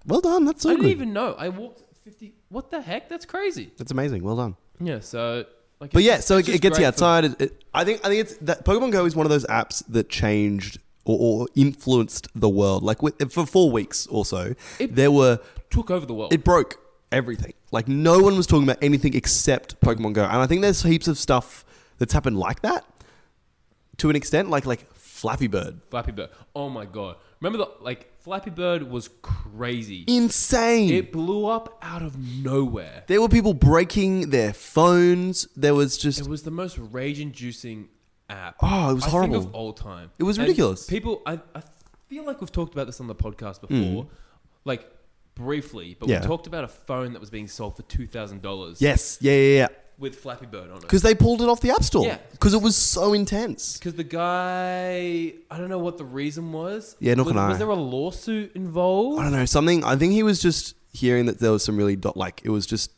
Speaker 1: Well done. That's so
Speaker 2: I
Speaker 1: good.
Speaker 2: didn't even know I walked 50. What the heck? That's crazy.
Speaker 1: That's amazing. Well done.
Speaker 2: Yeah. So like,
Speaker 1: But
Speaker 2: it's
Speaker 1: yeah,
Speaker 2: just-
Speaker 1: so
Speaker 2: it's
Speaker 1: it, it gets
Speaker 2: just
Speaker 1: you
Speaker 2: great for-
Speaker 1: outside. It, it- I think I think it's that Pokemon Go is one of those apps that changed or, or influenced the world. Like with, for four weeks or so,
Speaker 2: It-
Speaker 1: there were
Speaker 2: took over the world.
Speaker 1: it broke everything. Like no one was talking about anything except Pokemon Go, and I think there's heaps of stuff that's happened like that to an extent. Like like Flappy Bird,
Speaker 2: Flappy Bird. Oh my god! Remember the like Flappy Bird was crazy.
Speaker 1: E. insane.
Speaker 2: It blew up out of nowhere.
Speaker 1: there were people breaking their phones. There was just
Speaker 2: It was the most rage-inducing app.
Speaker 1: Oh, it was
Speaker 2: I Think
Speaker 1: horrible.
Speaker 2: of all time.
Speaker 1: It was
Speaker 2: And
Speaker 1: ridiculous.
Speaker 2: People, I, I feel like we've talked about this on the podcast before, like briefly, but
Speaker 1: Mm. Yeah.
Speaker 2: we talked about a phone that was being sold for two thousand dollars.
Speaker 1: yes, yeah, yeah, yeah.
Speaker 2: with Flappy Bird on it.
Speaker 1: Because they pulled it off the App Store
Speaker 2: Yeah.
Speaker 1: because it was so intense.
Speaker 2: Because the guy, I don't know what the reason was.
Speaker 1: Yeah, not
Speaker 2: was,
Speaker 1: gonna
Speaker 2: was
Speaker 1: lie.
Speaker 2: there a lawsuit
Speaker 1: I
Speaker 2: involved?
Speaker 1: don't know something. I think he was just hearing that there was some really do- like it was just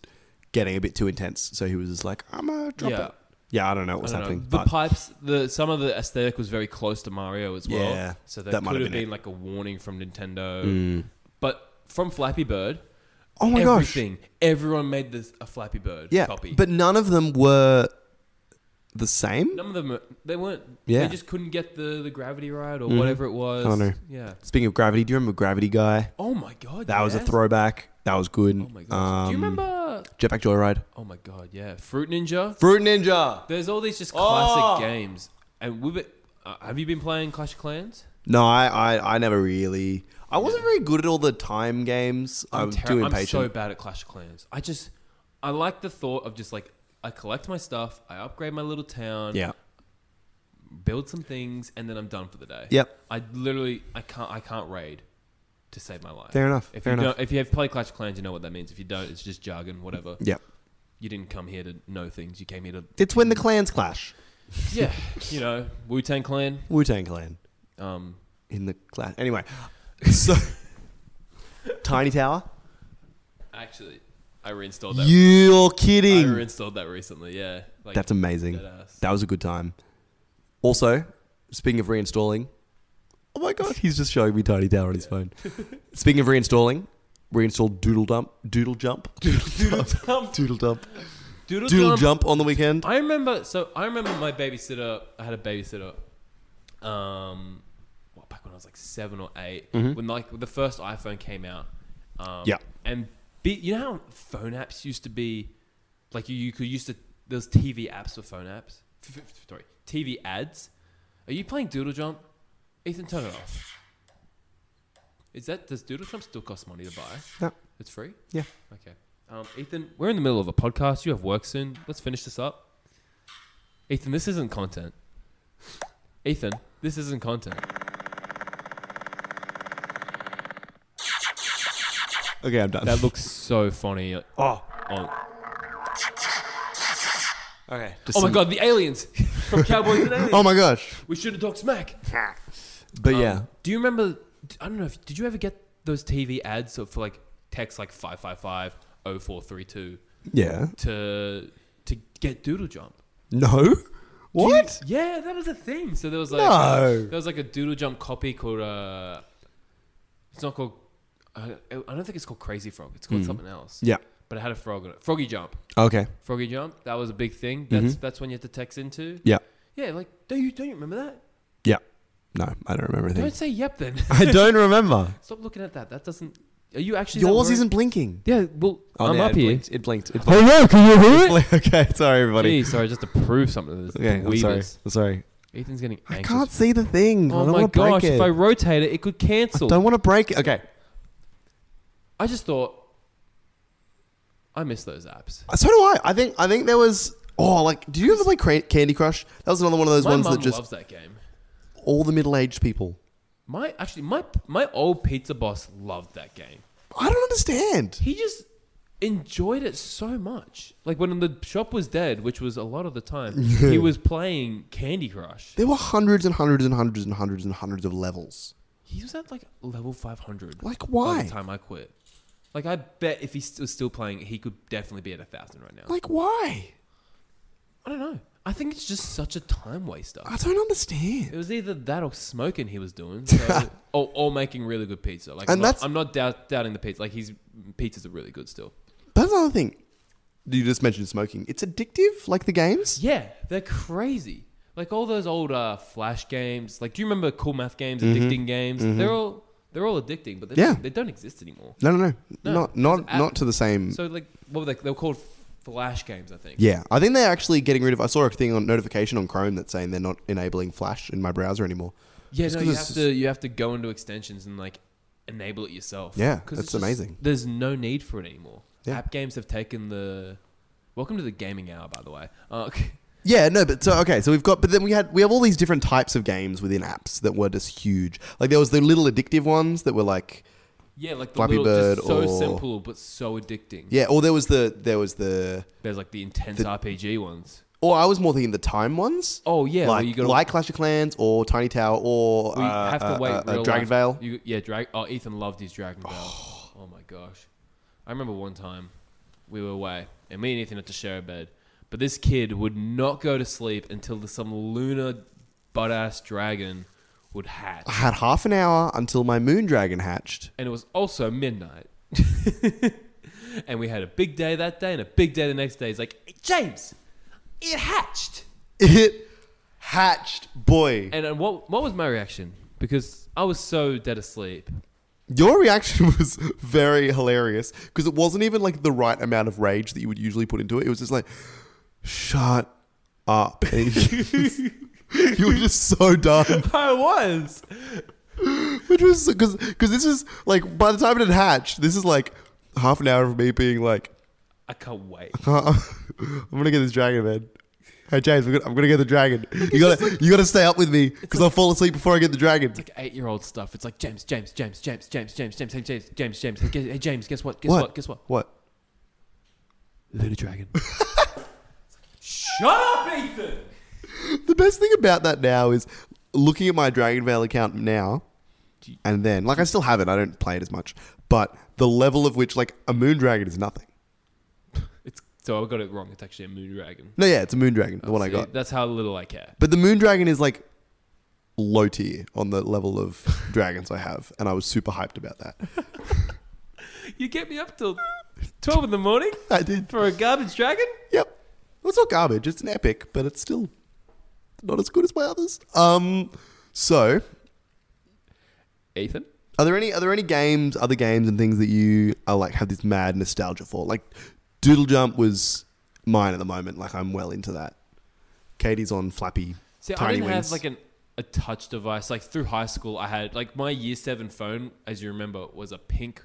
Speaker 1: getting a bit too intense, so he was just like, "I'm gonna drop
Speaker 2: Yeah.
Speaker 1: it." Yeah, I don't know what was
Speaker 2: I don't
Speaker 1: happening,
Speaker 2: know. The
Speaker 1: but
Speaker 2: pipes, the some of the aesthetic was very close to Mario as well.
Speaker 1: Yeah,
Speaker 2: so that,
Speaker 1: that might
Speaker 2: could
Speaker 1: have
Speaker 2: have
Speaker 1: been
Speaker 2: been,
Speaker 1: it. Mm.
Speaker 2: like a warning from Nintendo. But from Flappy Bird,
Speaker 1: oh my gosh,
Speaker 2: everything, everyone made this a Flappy Bird
Speaker 1: yeah.
Speaker 2: copy.
Speaker 1: But none of them were the same.
Speaker 2: none of them, they weren't.
Speaker 1: Yeah.
Speaker 2: they just couldn't get the the gravity right or
Speaker 1: Mhm.
Speaker 2: whatever it was.
Speaker 1: I don't know.
Speaker 2: Yeah.
Speaker 1: Speaking of gravity, do you remember Gravity Guy?
Speaker 2: Oh my god,
Speaker 1: That was a
Speaker 2: yes.
Speaker 1: throwback. That was good.
Speaker 2: Oh my god. Do you
Speaker 1: Um,
Speaker 2: remember that?
Speaker 1: Jetpack Joyride.
Speaker 2: Oh my god, yeah, Fruit Ninja.
Speaker 1: Fruit Ninja.
Speaker 2: There's all these just classic
Speaker 1: Oh!
Speaker 2: games, and we have uh, have you been playing Clash of Clans?
Speaker 1: No, I, I, I never really. I wasn't very good at all the time games. I'm,
Speaker 2: terri-
Speaker 1: too
Speaker 2: I'm so
Speaker 1: impatient.
Speaker 2: bad at Clash of Clans. I just I like the thought of just like I collect my stuff, I upgrade my little town,
Speaker 1: yeah.
Speaker 2: build some things, and then I'm done for the day.
Speaker 1: Yep.
Speaker 2: I literally I can't I can't raid to save my life.
Speaker 1: Fair enough.
Speaker 2: If
Speaker 1: Fair
Speaker 2: you
Speaker 1: enough.
Speaker 2: don't, if you have played Clash of Clans, you know what that means. If you don't, it's just jargon, whatever.
Speaker 1: Yeah.
Speaker 2: You didn't come here to know things. You came here to
Speaker 1: It's when the clans clash.
Speaker 2: yeah, you know, Wu Tang Clan.
Speaker 1: Wu Tang Clan
Speaker 2: Um,
Speaker 1: in the clash. Anyway, so Tiny Tower.
Speaker 2: actually, I reinstalled that.
Speaker 1: You're
Speaker 2: I
Speaker 1: kidding.
Speaker 2: reinstalled that recently. Yeah, like
Speaker 1: That's amazing.
Speaker 2: dead ass.
Speaker 1: That was a good time. Also, speaking of reinstalling, oh my god, he's just showing me Tiny Tower on his phone. Speaking of reinstalling, reinstalled Doodle Dump, Doodle Jump,
Speaker 2: Doodle dump.
Speaker 1: Doodle Dump,
Speaker 2: Doodle,
Speaker 1: Doodle
Speaker 2: dump.
Speaker 1: Jump on the weekend.
Speaker 2: I remember. So I remember my babysitter. I had a babysitter. Um, what, back when I was like seven or 8 when like when the first iPhone came out. Um,
Speaker 1: Mm-hmm. Yeah.
Speaker 2: And be, you know how phone apps used to be, like you, you could used to there's TV apps for phone apps. F- f- f- Sorry, TV ads. Are you playing Doodle Jump? Ethan, turn it off. Is that does Doodle Jump still cost money to buy?
Speaker 1: No.
Speaker 2: It's free.
Speaker 1: Yeah.
Speaker 2: Okay. Um, Ethan, we're in the middle of a podcast. You have work soon. Let's finish this up. Ethan, this isn't content. Ethan, this isn't content.
Speaker 1: Okay, I'm done.
Speaker 2: That looks so funny. on-
Speaker 1: oh,
Speaker 2: oh
Speaker 1: okay.
Speaker 2: my god, the aliens from Cowboys and Aliens.
Speaker 1: Oh my gosh.
Speaker 2: we should have talked smack.
Speaker 1: But
Speaker 2: Um,
Speaker 1: yeah,
Speaker 2: Do you remember? I don't know. If, did you ever get those TV ads for like text like 555 0432
Speaker 1: yeah.
Speaker 2: to to get Doodle Jump?
Speaker 1: No. What?
Speaker 2: Yeah, that was a thing. So there was like
Speaker 1: No.
Speaker 2: there was like a doodle jump copy called uh, it's not called. I I don't think it's called Crazy Frog. It's called something else.
Speaker 1: Hmm. Yeah.
Speaker 2: But it had a frog on it. Froggy Jump.
Speaker 1: Okay.
Speaker 2: Froggy Jump. That was a big thing. That's that's when you had to text into.
Speaker 1: Mm-hmm. Yeah.
Speaker 2: Yeah, like don't you don't you remember that?
Speaker 1: Yeah. No, I don't remember anything.
Speaker 2: Don't say yep then.
Speaker 1: I don't remember.
Speaker 2: Stop looking at that. That doesn't. Are you actually that
Speaker 1: Yours
Speaker 2: worried?
Speaker 1: isn't blinking.
Speaker 2: Yeah, well,
Speaker 1: Oh,
Speaker 2: I'm
Speaker 1: no,
Speaker 2: up
Speaker 1: it
Speaker 2: here.
Speaker 1: Blinked. It blinked. It blinked.
Speaker 2: Hello, Oh, can you hear
Speaker 1: okay, sorry everybody.
Speaker 2: Gee, sorry, just to prove something. to this
Speaker 1: Okay, I'm sorry.
Speaker 2: weebus.
Speaker 1: I'm sorry.
Speaker 2: Ethan's getting
Speaker 1: I
Speaker 2: anxious.
Speaker 1: can't see the thing. I
Speaker 2: Oh
Speaker 1: don't
Speaker 2: my
Speaker 1: want to
Speaker 2: gosh!
Speaker 1: break it.
Speaker 2: If I rotate it, it could cancel.
Speaker 1: don't want to break it. Okay.
Speaker 2: I just thought I miss those apps.
Speaker 1: So do I. I think. I think there was. Oh, like, did you ever play Cra- Candy Crush? That was another one of those
Speaker 2: My
Speaker 1: ones
Speaker 2: mum
Speaker 1: that just
Speaker 2: loves that game.
Speaker 1: all the middle-aged people.
Speaker 2: My actually my my old pizza boss loved that game.
Speaker 1: I don't understand.
Speaker 2: He just enjoyed it so much. Like when the shop was dead, which was a lot of the time, he was playing Candy Crush.
Speaker 1: There were hundreds and hundreds and hundreds and hundreds and hundreds of levels.
Speaker 2: He was at like level 500.
Speaker 1: Like,
Speaker 2: By
Speaker 1: why?
Speaker 2: the time I quit. Like I bet if he st- was still playing, he could definitely be at a thousand right now.
Speaker 1: Like, why?
Speaker 2: I don't know. I think it's just such a time waster.
Speaker 1: I don't
Speaker 2: It
Speaker 1: understand.
Speaker 2: was either that or smoking he was doing, so, or, or making really good pizza. Like,
Speaker 1: And
Speaker 2: I'm, not,
Speaker 1: that's-
Speaker 2: I'm not doubt, doubting the pizza. Like, his pizzas are really good still.
Speaker 1: That's another thing. You just mentioned smoking. It's addictive, like the games.
Speaker 2: Yeah, they're crazy. Like all those old uh, flash games. Like, do you remember cool math games, addicting games? They're all they're all addicting, but they,
Speaker 1: Mm-hmm. Yeah.
Speaker 2: don't, they don't exist anymore.
Speaker 1: No, no, no,
Speaker 2: No,
Speaker 1: not
Speaker 2: it's
Speaker 1: not
Speaker 2: app-
Speaker 1: not to the same.
Speaker 2: So, like, what were they? They were called flash games, I think.
Speaker 1: yeah, I think they're actually getting rid of. I saw a thing on notification on Chrome that's saying they're not enabling Flash in my browser anymore.
Speaker 2: Yeah,
Speaker 1: Just
Speaker 2: no,
Speaker 1: 'cause
Speaker 2: you
Speaker 1: it's
Speaker 2: have to you have to go into extensions and like enable it yourself.
Speaker 1: Yeah,
Speaker 2: 'Cause
Speaker 1: that's
Speaker 2: it's just-
Speaker 1: amazing.
Speaker 2: There's no need for it anymore.
Speaker 1: Yeah.
Speaker 2: App games have taken the. Welcome to the gaming hour, by the way. Uh,
Speaker 1: Yeah, no, but so okay, so we've got, but then we had we have all these different types of games within apps that were just huge. Like there was the little addictive ones that were like,
Speaker 2: yeah, like the
Speaker 1: Flappy
Speaker 2: little,
Speaker 1: Bird
Speaker 2: just so
Speaker 1: or-
Speaker 2: simple but so addicting.
Speaker 1: yeah, or there was the there was the,
Speaker 2: There's like the intense RPG ones.
Speaker 1: or I was more thinking the time ones.
Speaker 2: Oh yeah, where
Speaker 1: like
Speaker 2: you gotta
Speaker 1: like Clash of Clans or Tiny Tower or
Speaker 2: where you
Speaker 1: uh,
Speaker 2: have to
Speaker 1: uh,
Speaker 2: wait.
Speaker 1: uh, uh,
Speaker 2: real
Speaker 1: Dragon
Speaker 2: life-
Speaker 1: Vale.
Speaker 2: You, yeah, drag. Oh, Ethan loved his Dragon Vale. oh my gosh, I remember one time we were away and me and Ethan had to share a bed, but this kid would not go to sleep until the, some lunar butt ass dragon would hatch,
Speaker 1: I had half an hour until my moon dragon hatched.
Speaker 2: and it was also midnight. and we had a big day that day and a big day the next day. He's like, James, it hatched.
Speaker 1: It hatched, boy.
Speaker 2: And uh, what what was my reaction? Because I was so dead asleep,
Speaker 1: Your reaction was very hilarious because it wasn't even like the right amount of rage that you would usually put into it. It was just like, shut up. And you you were just so dumb.
Speaker 2: I was.
Speaker 1: Which was because this is like, by the time it had hatched, this is like half an hour of me being like,
Speaker 2: I can't wait.
Speaker 1: uh, I'm gonna get this dragon, man. Hey James, we're gonna, I'm gonna get the dragon. You gotta, you gotta stay up with me because I'll fall asleep before I get the dragon.
Speaker 2: It's like eight-year-old stuff. It's like James, James, James, James, James, James, James, hey, James, James, James. Hey, guess- hey, James, guess what? Guess what? Guess what?
Speaker 1: What?
Speaker 2: Lunar Dragon. Shut up, Ethan.
Speaker 1: The best thing about that now is looking at my Dragon Veil account now, and then like I still have it. I don't play it as much, but the level of which like a moon dragon is nothing.
Speaker 2: It's so I got it wrong. It's actually a moon dragon.
Speaker 1: No, yeah, it's a moon dragon. The one I
Speaker 2: Oh, See,
Speaker 1: got.
Speaker 2: That's how little I care.
Speaker 1: But the moon dragon is like low tier on the level of dragons I have, and I was super hyped about that.
Speaker 2: You get me up till twelve in the morning
Speaker 1: I did.
Speaker 2: for a garbage dragon.
Speaker 1: Yep. Well, it's not garbage. It's an epic, but it's still not as good as my others. Um. So,
Speaker 2: Ethan,
Speaker 1: are there any are there any games, other games, and things that you are like have this mad nostalgia for? Like, Doodle Jump was mine at the moment. Like, I'm well into that. Katie's on Flappy.
Speaker 2: see,
Speaker 1: Tiny
Speaker 2: I didn't
Speaker 1: wings.
Speaker 2: have like an, a touch device. Like through high school, I had like my year seven phone, as you remember, was a pink.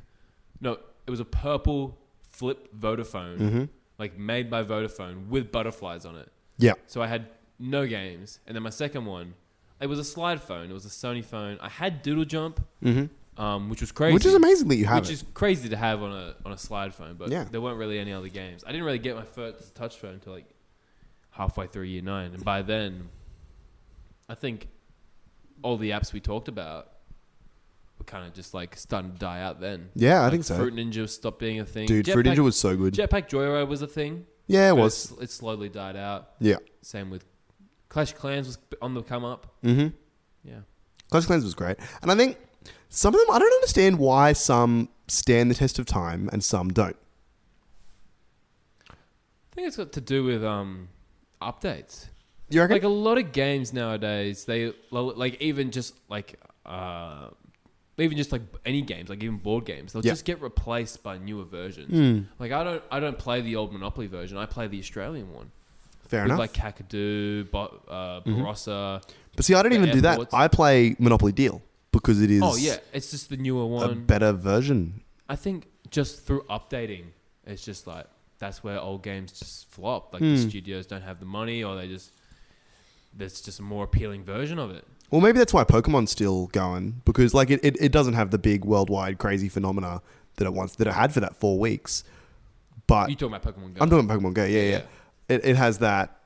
Speaker 2: No, it was a purple flip Vodafone,
Speaker 1: Mm-hmm.
Speaker 2: like made by Vodafone with butterflies on it.
Speaker 1: yeah.
Speaker 2: So I had no games, and then my second one, it was a slide phone. It was a Sony phone. I had Doodle Jump, um, which was crazy,
Speaker 1: Mm-hmm. Which is amazing that you have
Speaker 2: which
Speaker 1: it.
Speaker 2: is crazy to have on a on a slide phone. But
Speaker 1: Yeah.
Speaker 2: there weren't really any other games. I didn't really get my first touch phone until like halfway through year nine, and by then, I think all the apps we talked about were kind of just like starting to die out. Then
Speaker 1: yeah, I
Speaker 2: Like,
Speaker 1: think so.
Speaker 2: Fruit Ninja stopped being a thing.
Speaker 1: Dude, Fruit
Speaker 2: Jetpack-
Speaker 1: Ninja was so good.
Speaker 2: Jetpack Joyride was a thing.
Speaker 1: yeah, it
Speaker 2: but
Speaker 1: was.
Speaker 2: It, s- it slowly died out.
Speaker 1: Yeah.
Speaker 2: Same with Clash of Clans was on the come up.
Speaker 1: Mm-hmm.
Speaker 2: Yeah.
Speaker 1: Clash of Clans was great. And I think some of them, I don't understand why some stand the test of time and some don't.
Speaker 2: I think it's got to do with um updates.
Speaker 1: You reckon?
Speaker 2: Like a lot of games nowadays, they lo- like even just like uh even just like any games, like even board games, they'll
Speaker 1: Yeah. Hmm.
Speaker 2: just get replaced by newer versions. Like I don't I don't play the old Monopoly version. I play the Australian one.
Speaker 1: Fair
Speaker 2: with
Speaker 1: enough. Mm-hmm.
Speaker 2: like Kakadu, Bo- uh, Barossa.
Speaker 1: but see, I don't
Speaker 2: the
Speaker 1: even do that.
Speaker 2: airports.
Speaker 1: I play Monopoly Deal because it is
Speaker 2: Oh yeah, it's just the newer
Speaker 1: a
Speaker 2: one.
Speaker 1: better version.
Speaker 2: I think just through updating, it's just like that's where old games just flop. Like
Speaker 1: Hmm.
Speaker 2: the studios don't have the money, or they just there's just a more appealing version of it.
Speaker 1: Well, maybe that's why Pokemon's still going because like it, it, it doesn't have the big worldwide crazy phenomena that it once that it had for that four weeks. But
Speaker 2: You talking about Pokemon Go?
Speaker 1: I'm talking Pokemon Go. Yeah, yeah.
Speaker 2: Yeah.
Speaker 1: It, it has that.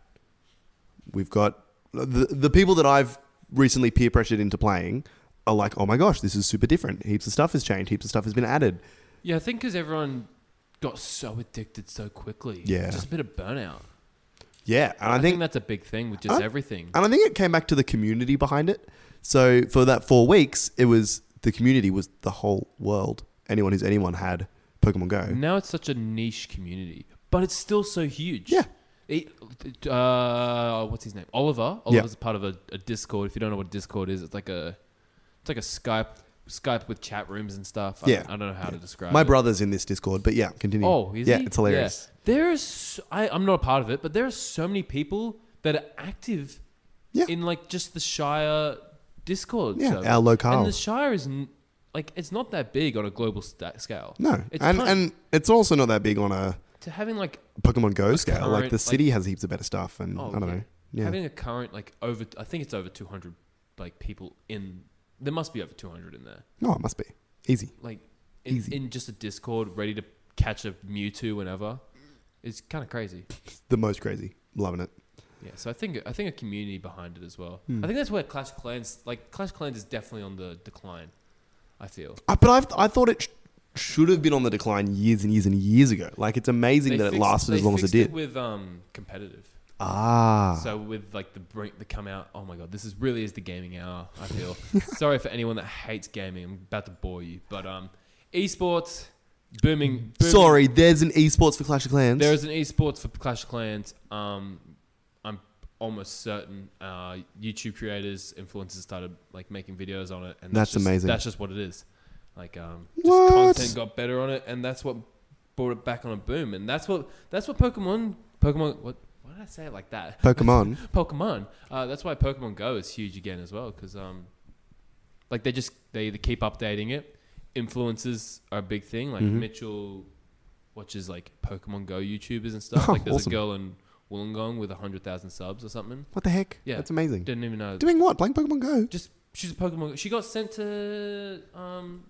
Speaker 1: We've got the the people that I've recently peer pressured into playing are like, oh my gosh, this is super different. Heaps of stuff has changed. Heaps of stuff has been added.
Speaker 2: yeah, I think because everyone got so addicted so quickly.
Speaker 1: Yeah.
Speaker 2: just a bit of burnout.
Speaker 1: Yeah, and I,
Speaker 2: I, think,
Speaker 1: think,
Speaker 2: that's a big thing with just
Speaker 1: I-
Speaker 2: everything.
Speaker 1: and I think it came back to the community behind it. So for that four weeks, it was the community was the whole world. Anyone who's anyone had Pokemon Go.
Speaker 2: now it's such a niche community, but it's still so huge.
Speaker 1: Yeah.
Speaker 2: It, uh, what's his name? Oliver. Oliver's a part of a, a Discord. If you don't know what Discord is, it's like a, it's like a Skype, Skype with chat rooms and stuff. I
Speaker 1: Yeah.
Speaker 2: don't, I don't know how to describe.
Speaker 1: My
Speaker 2: it.
Speaker 1: brother's in this Discord, but yeah, continue.
Speaker 2: Oh, is
Speaker 1: yeah,
Speaker 2: he?
Speaker 1: it's hilarious.
Speaker 2: Yeah. There is. I, I'm not a part of it, but there are so many people that are active.
Speaker 1: Yeah.
Speaker 2: In like just the Shire Discord.
Speaker 1: Yeah,
Speaker 2: server.
Speaker 1: our locale.
Speaker 2: And the Shire is n- like it's not that big on a global sta scale.
Speaker 1: No,
Speaker 2: It's
Speaker 1: and
Speaker 2: fun.
Speaker 1: and it's also not that big on a
Speaker 2: To having like
Speaker 1: Pokemon Go scale. like
Speaker 2: current,
Speaker 1: the
Speaker 2: like-
Speaker 1: city has heaps of better stuff, and
Speaker 2: Oh,
Speaker 1: I don't
Speaker 2: yeah.
Speaker 1: know. Yeah,
Speaker 2: having a current like over i think it's over 200 like people in there must be over 200 in there
Speaker 1: no, it must be easy.
Speaker 2: like in,
Speaker 1: Easy.
Speaker 2: in just a discord ready to catch a mewtwo whenever it's kind of crazy
Speaker 1: The most crazy, loving it.
Speaker 2: yeah so i think i think a community behind it as well
Speaker 1: Hmm.
Speaker 2: i think that's where clash of clans like clash of clans is definitely on the decline i feel
Speaker 1: Uh, but I've, I thought it sh- should have been on the decline years and years and years ago. Like it's amazing
Speaker 2: They
Speaker 1: that it
Speaker 2: fixed-
Speaker 1: lasted
Speaker 2: they
Speaker 1: as long as it
Speaker 2: fixed
Speaker 1: did.
Speaker 2: with um competitive
Speaker 1: ah,
Speaker 2: So with like the brink, the come out. Oh my god, this is really is the gaming hour. I feel sorry for anyone that hates gaming. I'm about to bore you, but um, esports booming. booming.
Speaker 1: sorry. There's an esports for Clash of Clans.
Speaker 2: there is an esports for Clash of Clans. Um, I'm almost certain uh, YouTube creators, influencers started like making videos on it, and
Speaker 1: That's
Speaker 2: just-
Speaker 1: amazing.
Speaker 2: That's just what it is. Like um, just
Speaker 1: What?
Speaker 2: content got better on it, and that's what brought it back on a boom. And that's what that's what Pokemon Pokemon. What why did I say it like that?
Speaker 1: Pokemon.
Speaker 2: Pokemon. Uh, that's why Pokemon Go is huge again as well because um, like they just they, they keep updating it. Influences are a big thing. Like
Speaker 1: Mhm.
Speaker 2: Mitchell watches like Pokemon Go YouTubers and stuff.
Speaker 1: Oh,
Speaker 2: like there's
Speaker 1: awesome.
Speaker 2: a girl in Wollongong with hundred thousand subs or something.
Speaker 1: What the heck?
Speaker 2: Yeah.
Speaker 1: That's amazing.
Speaker 2: Didn't even know.
Speaker 1: Doing what? Playing Pokemon Go.
Speaker 2: Just she's a Pokemon. She got sent to um,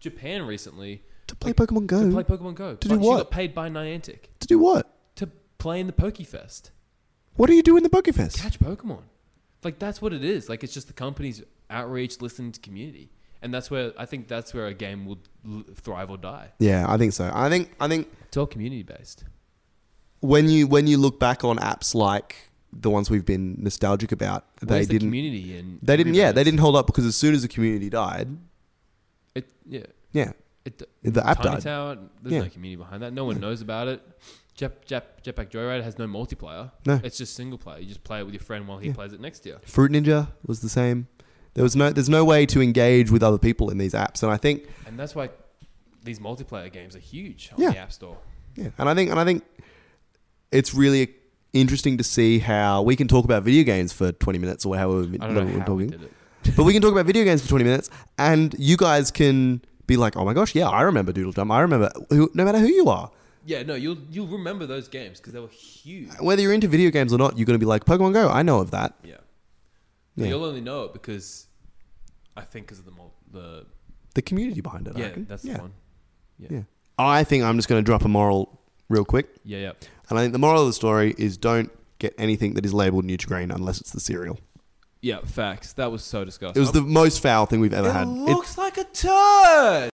Speaker 2: Japan recently
Speaker 1: To play Pokemon Go.
Speaker 2: to
Speaker 1: To,
Speaker 2: play Pokemon Go.
Speaker 1: To
Speaker 2: but
Speaker 1: do
Speaker 2: she
Speaker 1: what?
Speaker 2: got paid by Niantic
Speaker 1: do what?
Speaker 2: to play in the Pokefest.
Speaker 1: What do you do in the Pokefest?
Speaker 2: catch Pokemon. Like that's what it is. Like it's just the company's outreach, listening to community, and that's where I think that's where a game will l- thrive or die.
Speaker 1: Yeah, I think so. I think I think
Speaker 2: It's all community based.
Speaker 1: when you when you look back on apps like the ones we've been nostalgic about,
Speaker 2: Where's
Speaker 1: they
Speaker 2: the
Speaker 1: didn't
Speaker 2: community and
Speaker 1: they didn't yeah, they didn't hold up because as soon as the community died,
Speaker 2: It, yeah,
Speaker 1: yeah,
Speaker 2: it,
Speaker 1: the app
Speaker 2: Tiny
Speaker 1: died.
Speaker 2: Tower. There's
Speaker 1: Yeah.
Speaker 2: no community behind that. No one knows about it. Jap, Jap, Jetpack Joyride has no multiplayer.
Speaker 1: No.
Speaker 2: it's just single player. You just play it with your friend while he
Speaker 1: Yeah.
Speaker 2: plays it next to you.
Speaker 1: Fruit Ninja was the same. There was no there's no way to engage with other people in these apps and I think
Speaker 2: And that's why these multiplayer games are huge on
Speaker 1: Yeah.
Speaker 2: the App Store.
Speaker 1: Yeah, and I think and I think it's really interesting to see how we can talk about video games for 20 minutes or however
Speaker 2: I don't
Speaker 1: long
Speaker 2: know
Speaker 1: we're
Speaker 2: how we
Speaker 1: talking,
Speaker 2: did it.
Speaker 1: but we can talk about video games for 20 minutes, and you guys can be like, "Oh my gosh, yeah, I remember Doodle Jump. I remember who, no matter who you are,
Speaker 2: Yeah, no, you'll you'll remember those games because they were huge.
Speaker 1: whether you're into video games or not, you're going to be like Pokemon Go. I know of that.
Speaker 2: Yeah.
Speaker 1: Yeah.
Speaker 2: You'll only know it because I think because of the mul- the
Speaker 1: The community behind it. I
Speaker 2: yeah
Speaker 1: reckon.
Speaker 2: that's
Speaker 1: yeah.
Speaker 2: the one
Speaker 1: Yeah, I think I'm just going to drop a moral real quick,
Speaker 2: yeah yeah
Speaker 1: and I think the moral of the story is don't get anything that is labeled Nutrigrain unless it's the cereal.
Speaker 2: yeah facts that was so
Speaker 1: It
Speaker 2: disgusting.
Speaker 1: was the most foul thing we've ever had. It-
Speaker 2: like a turd.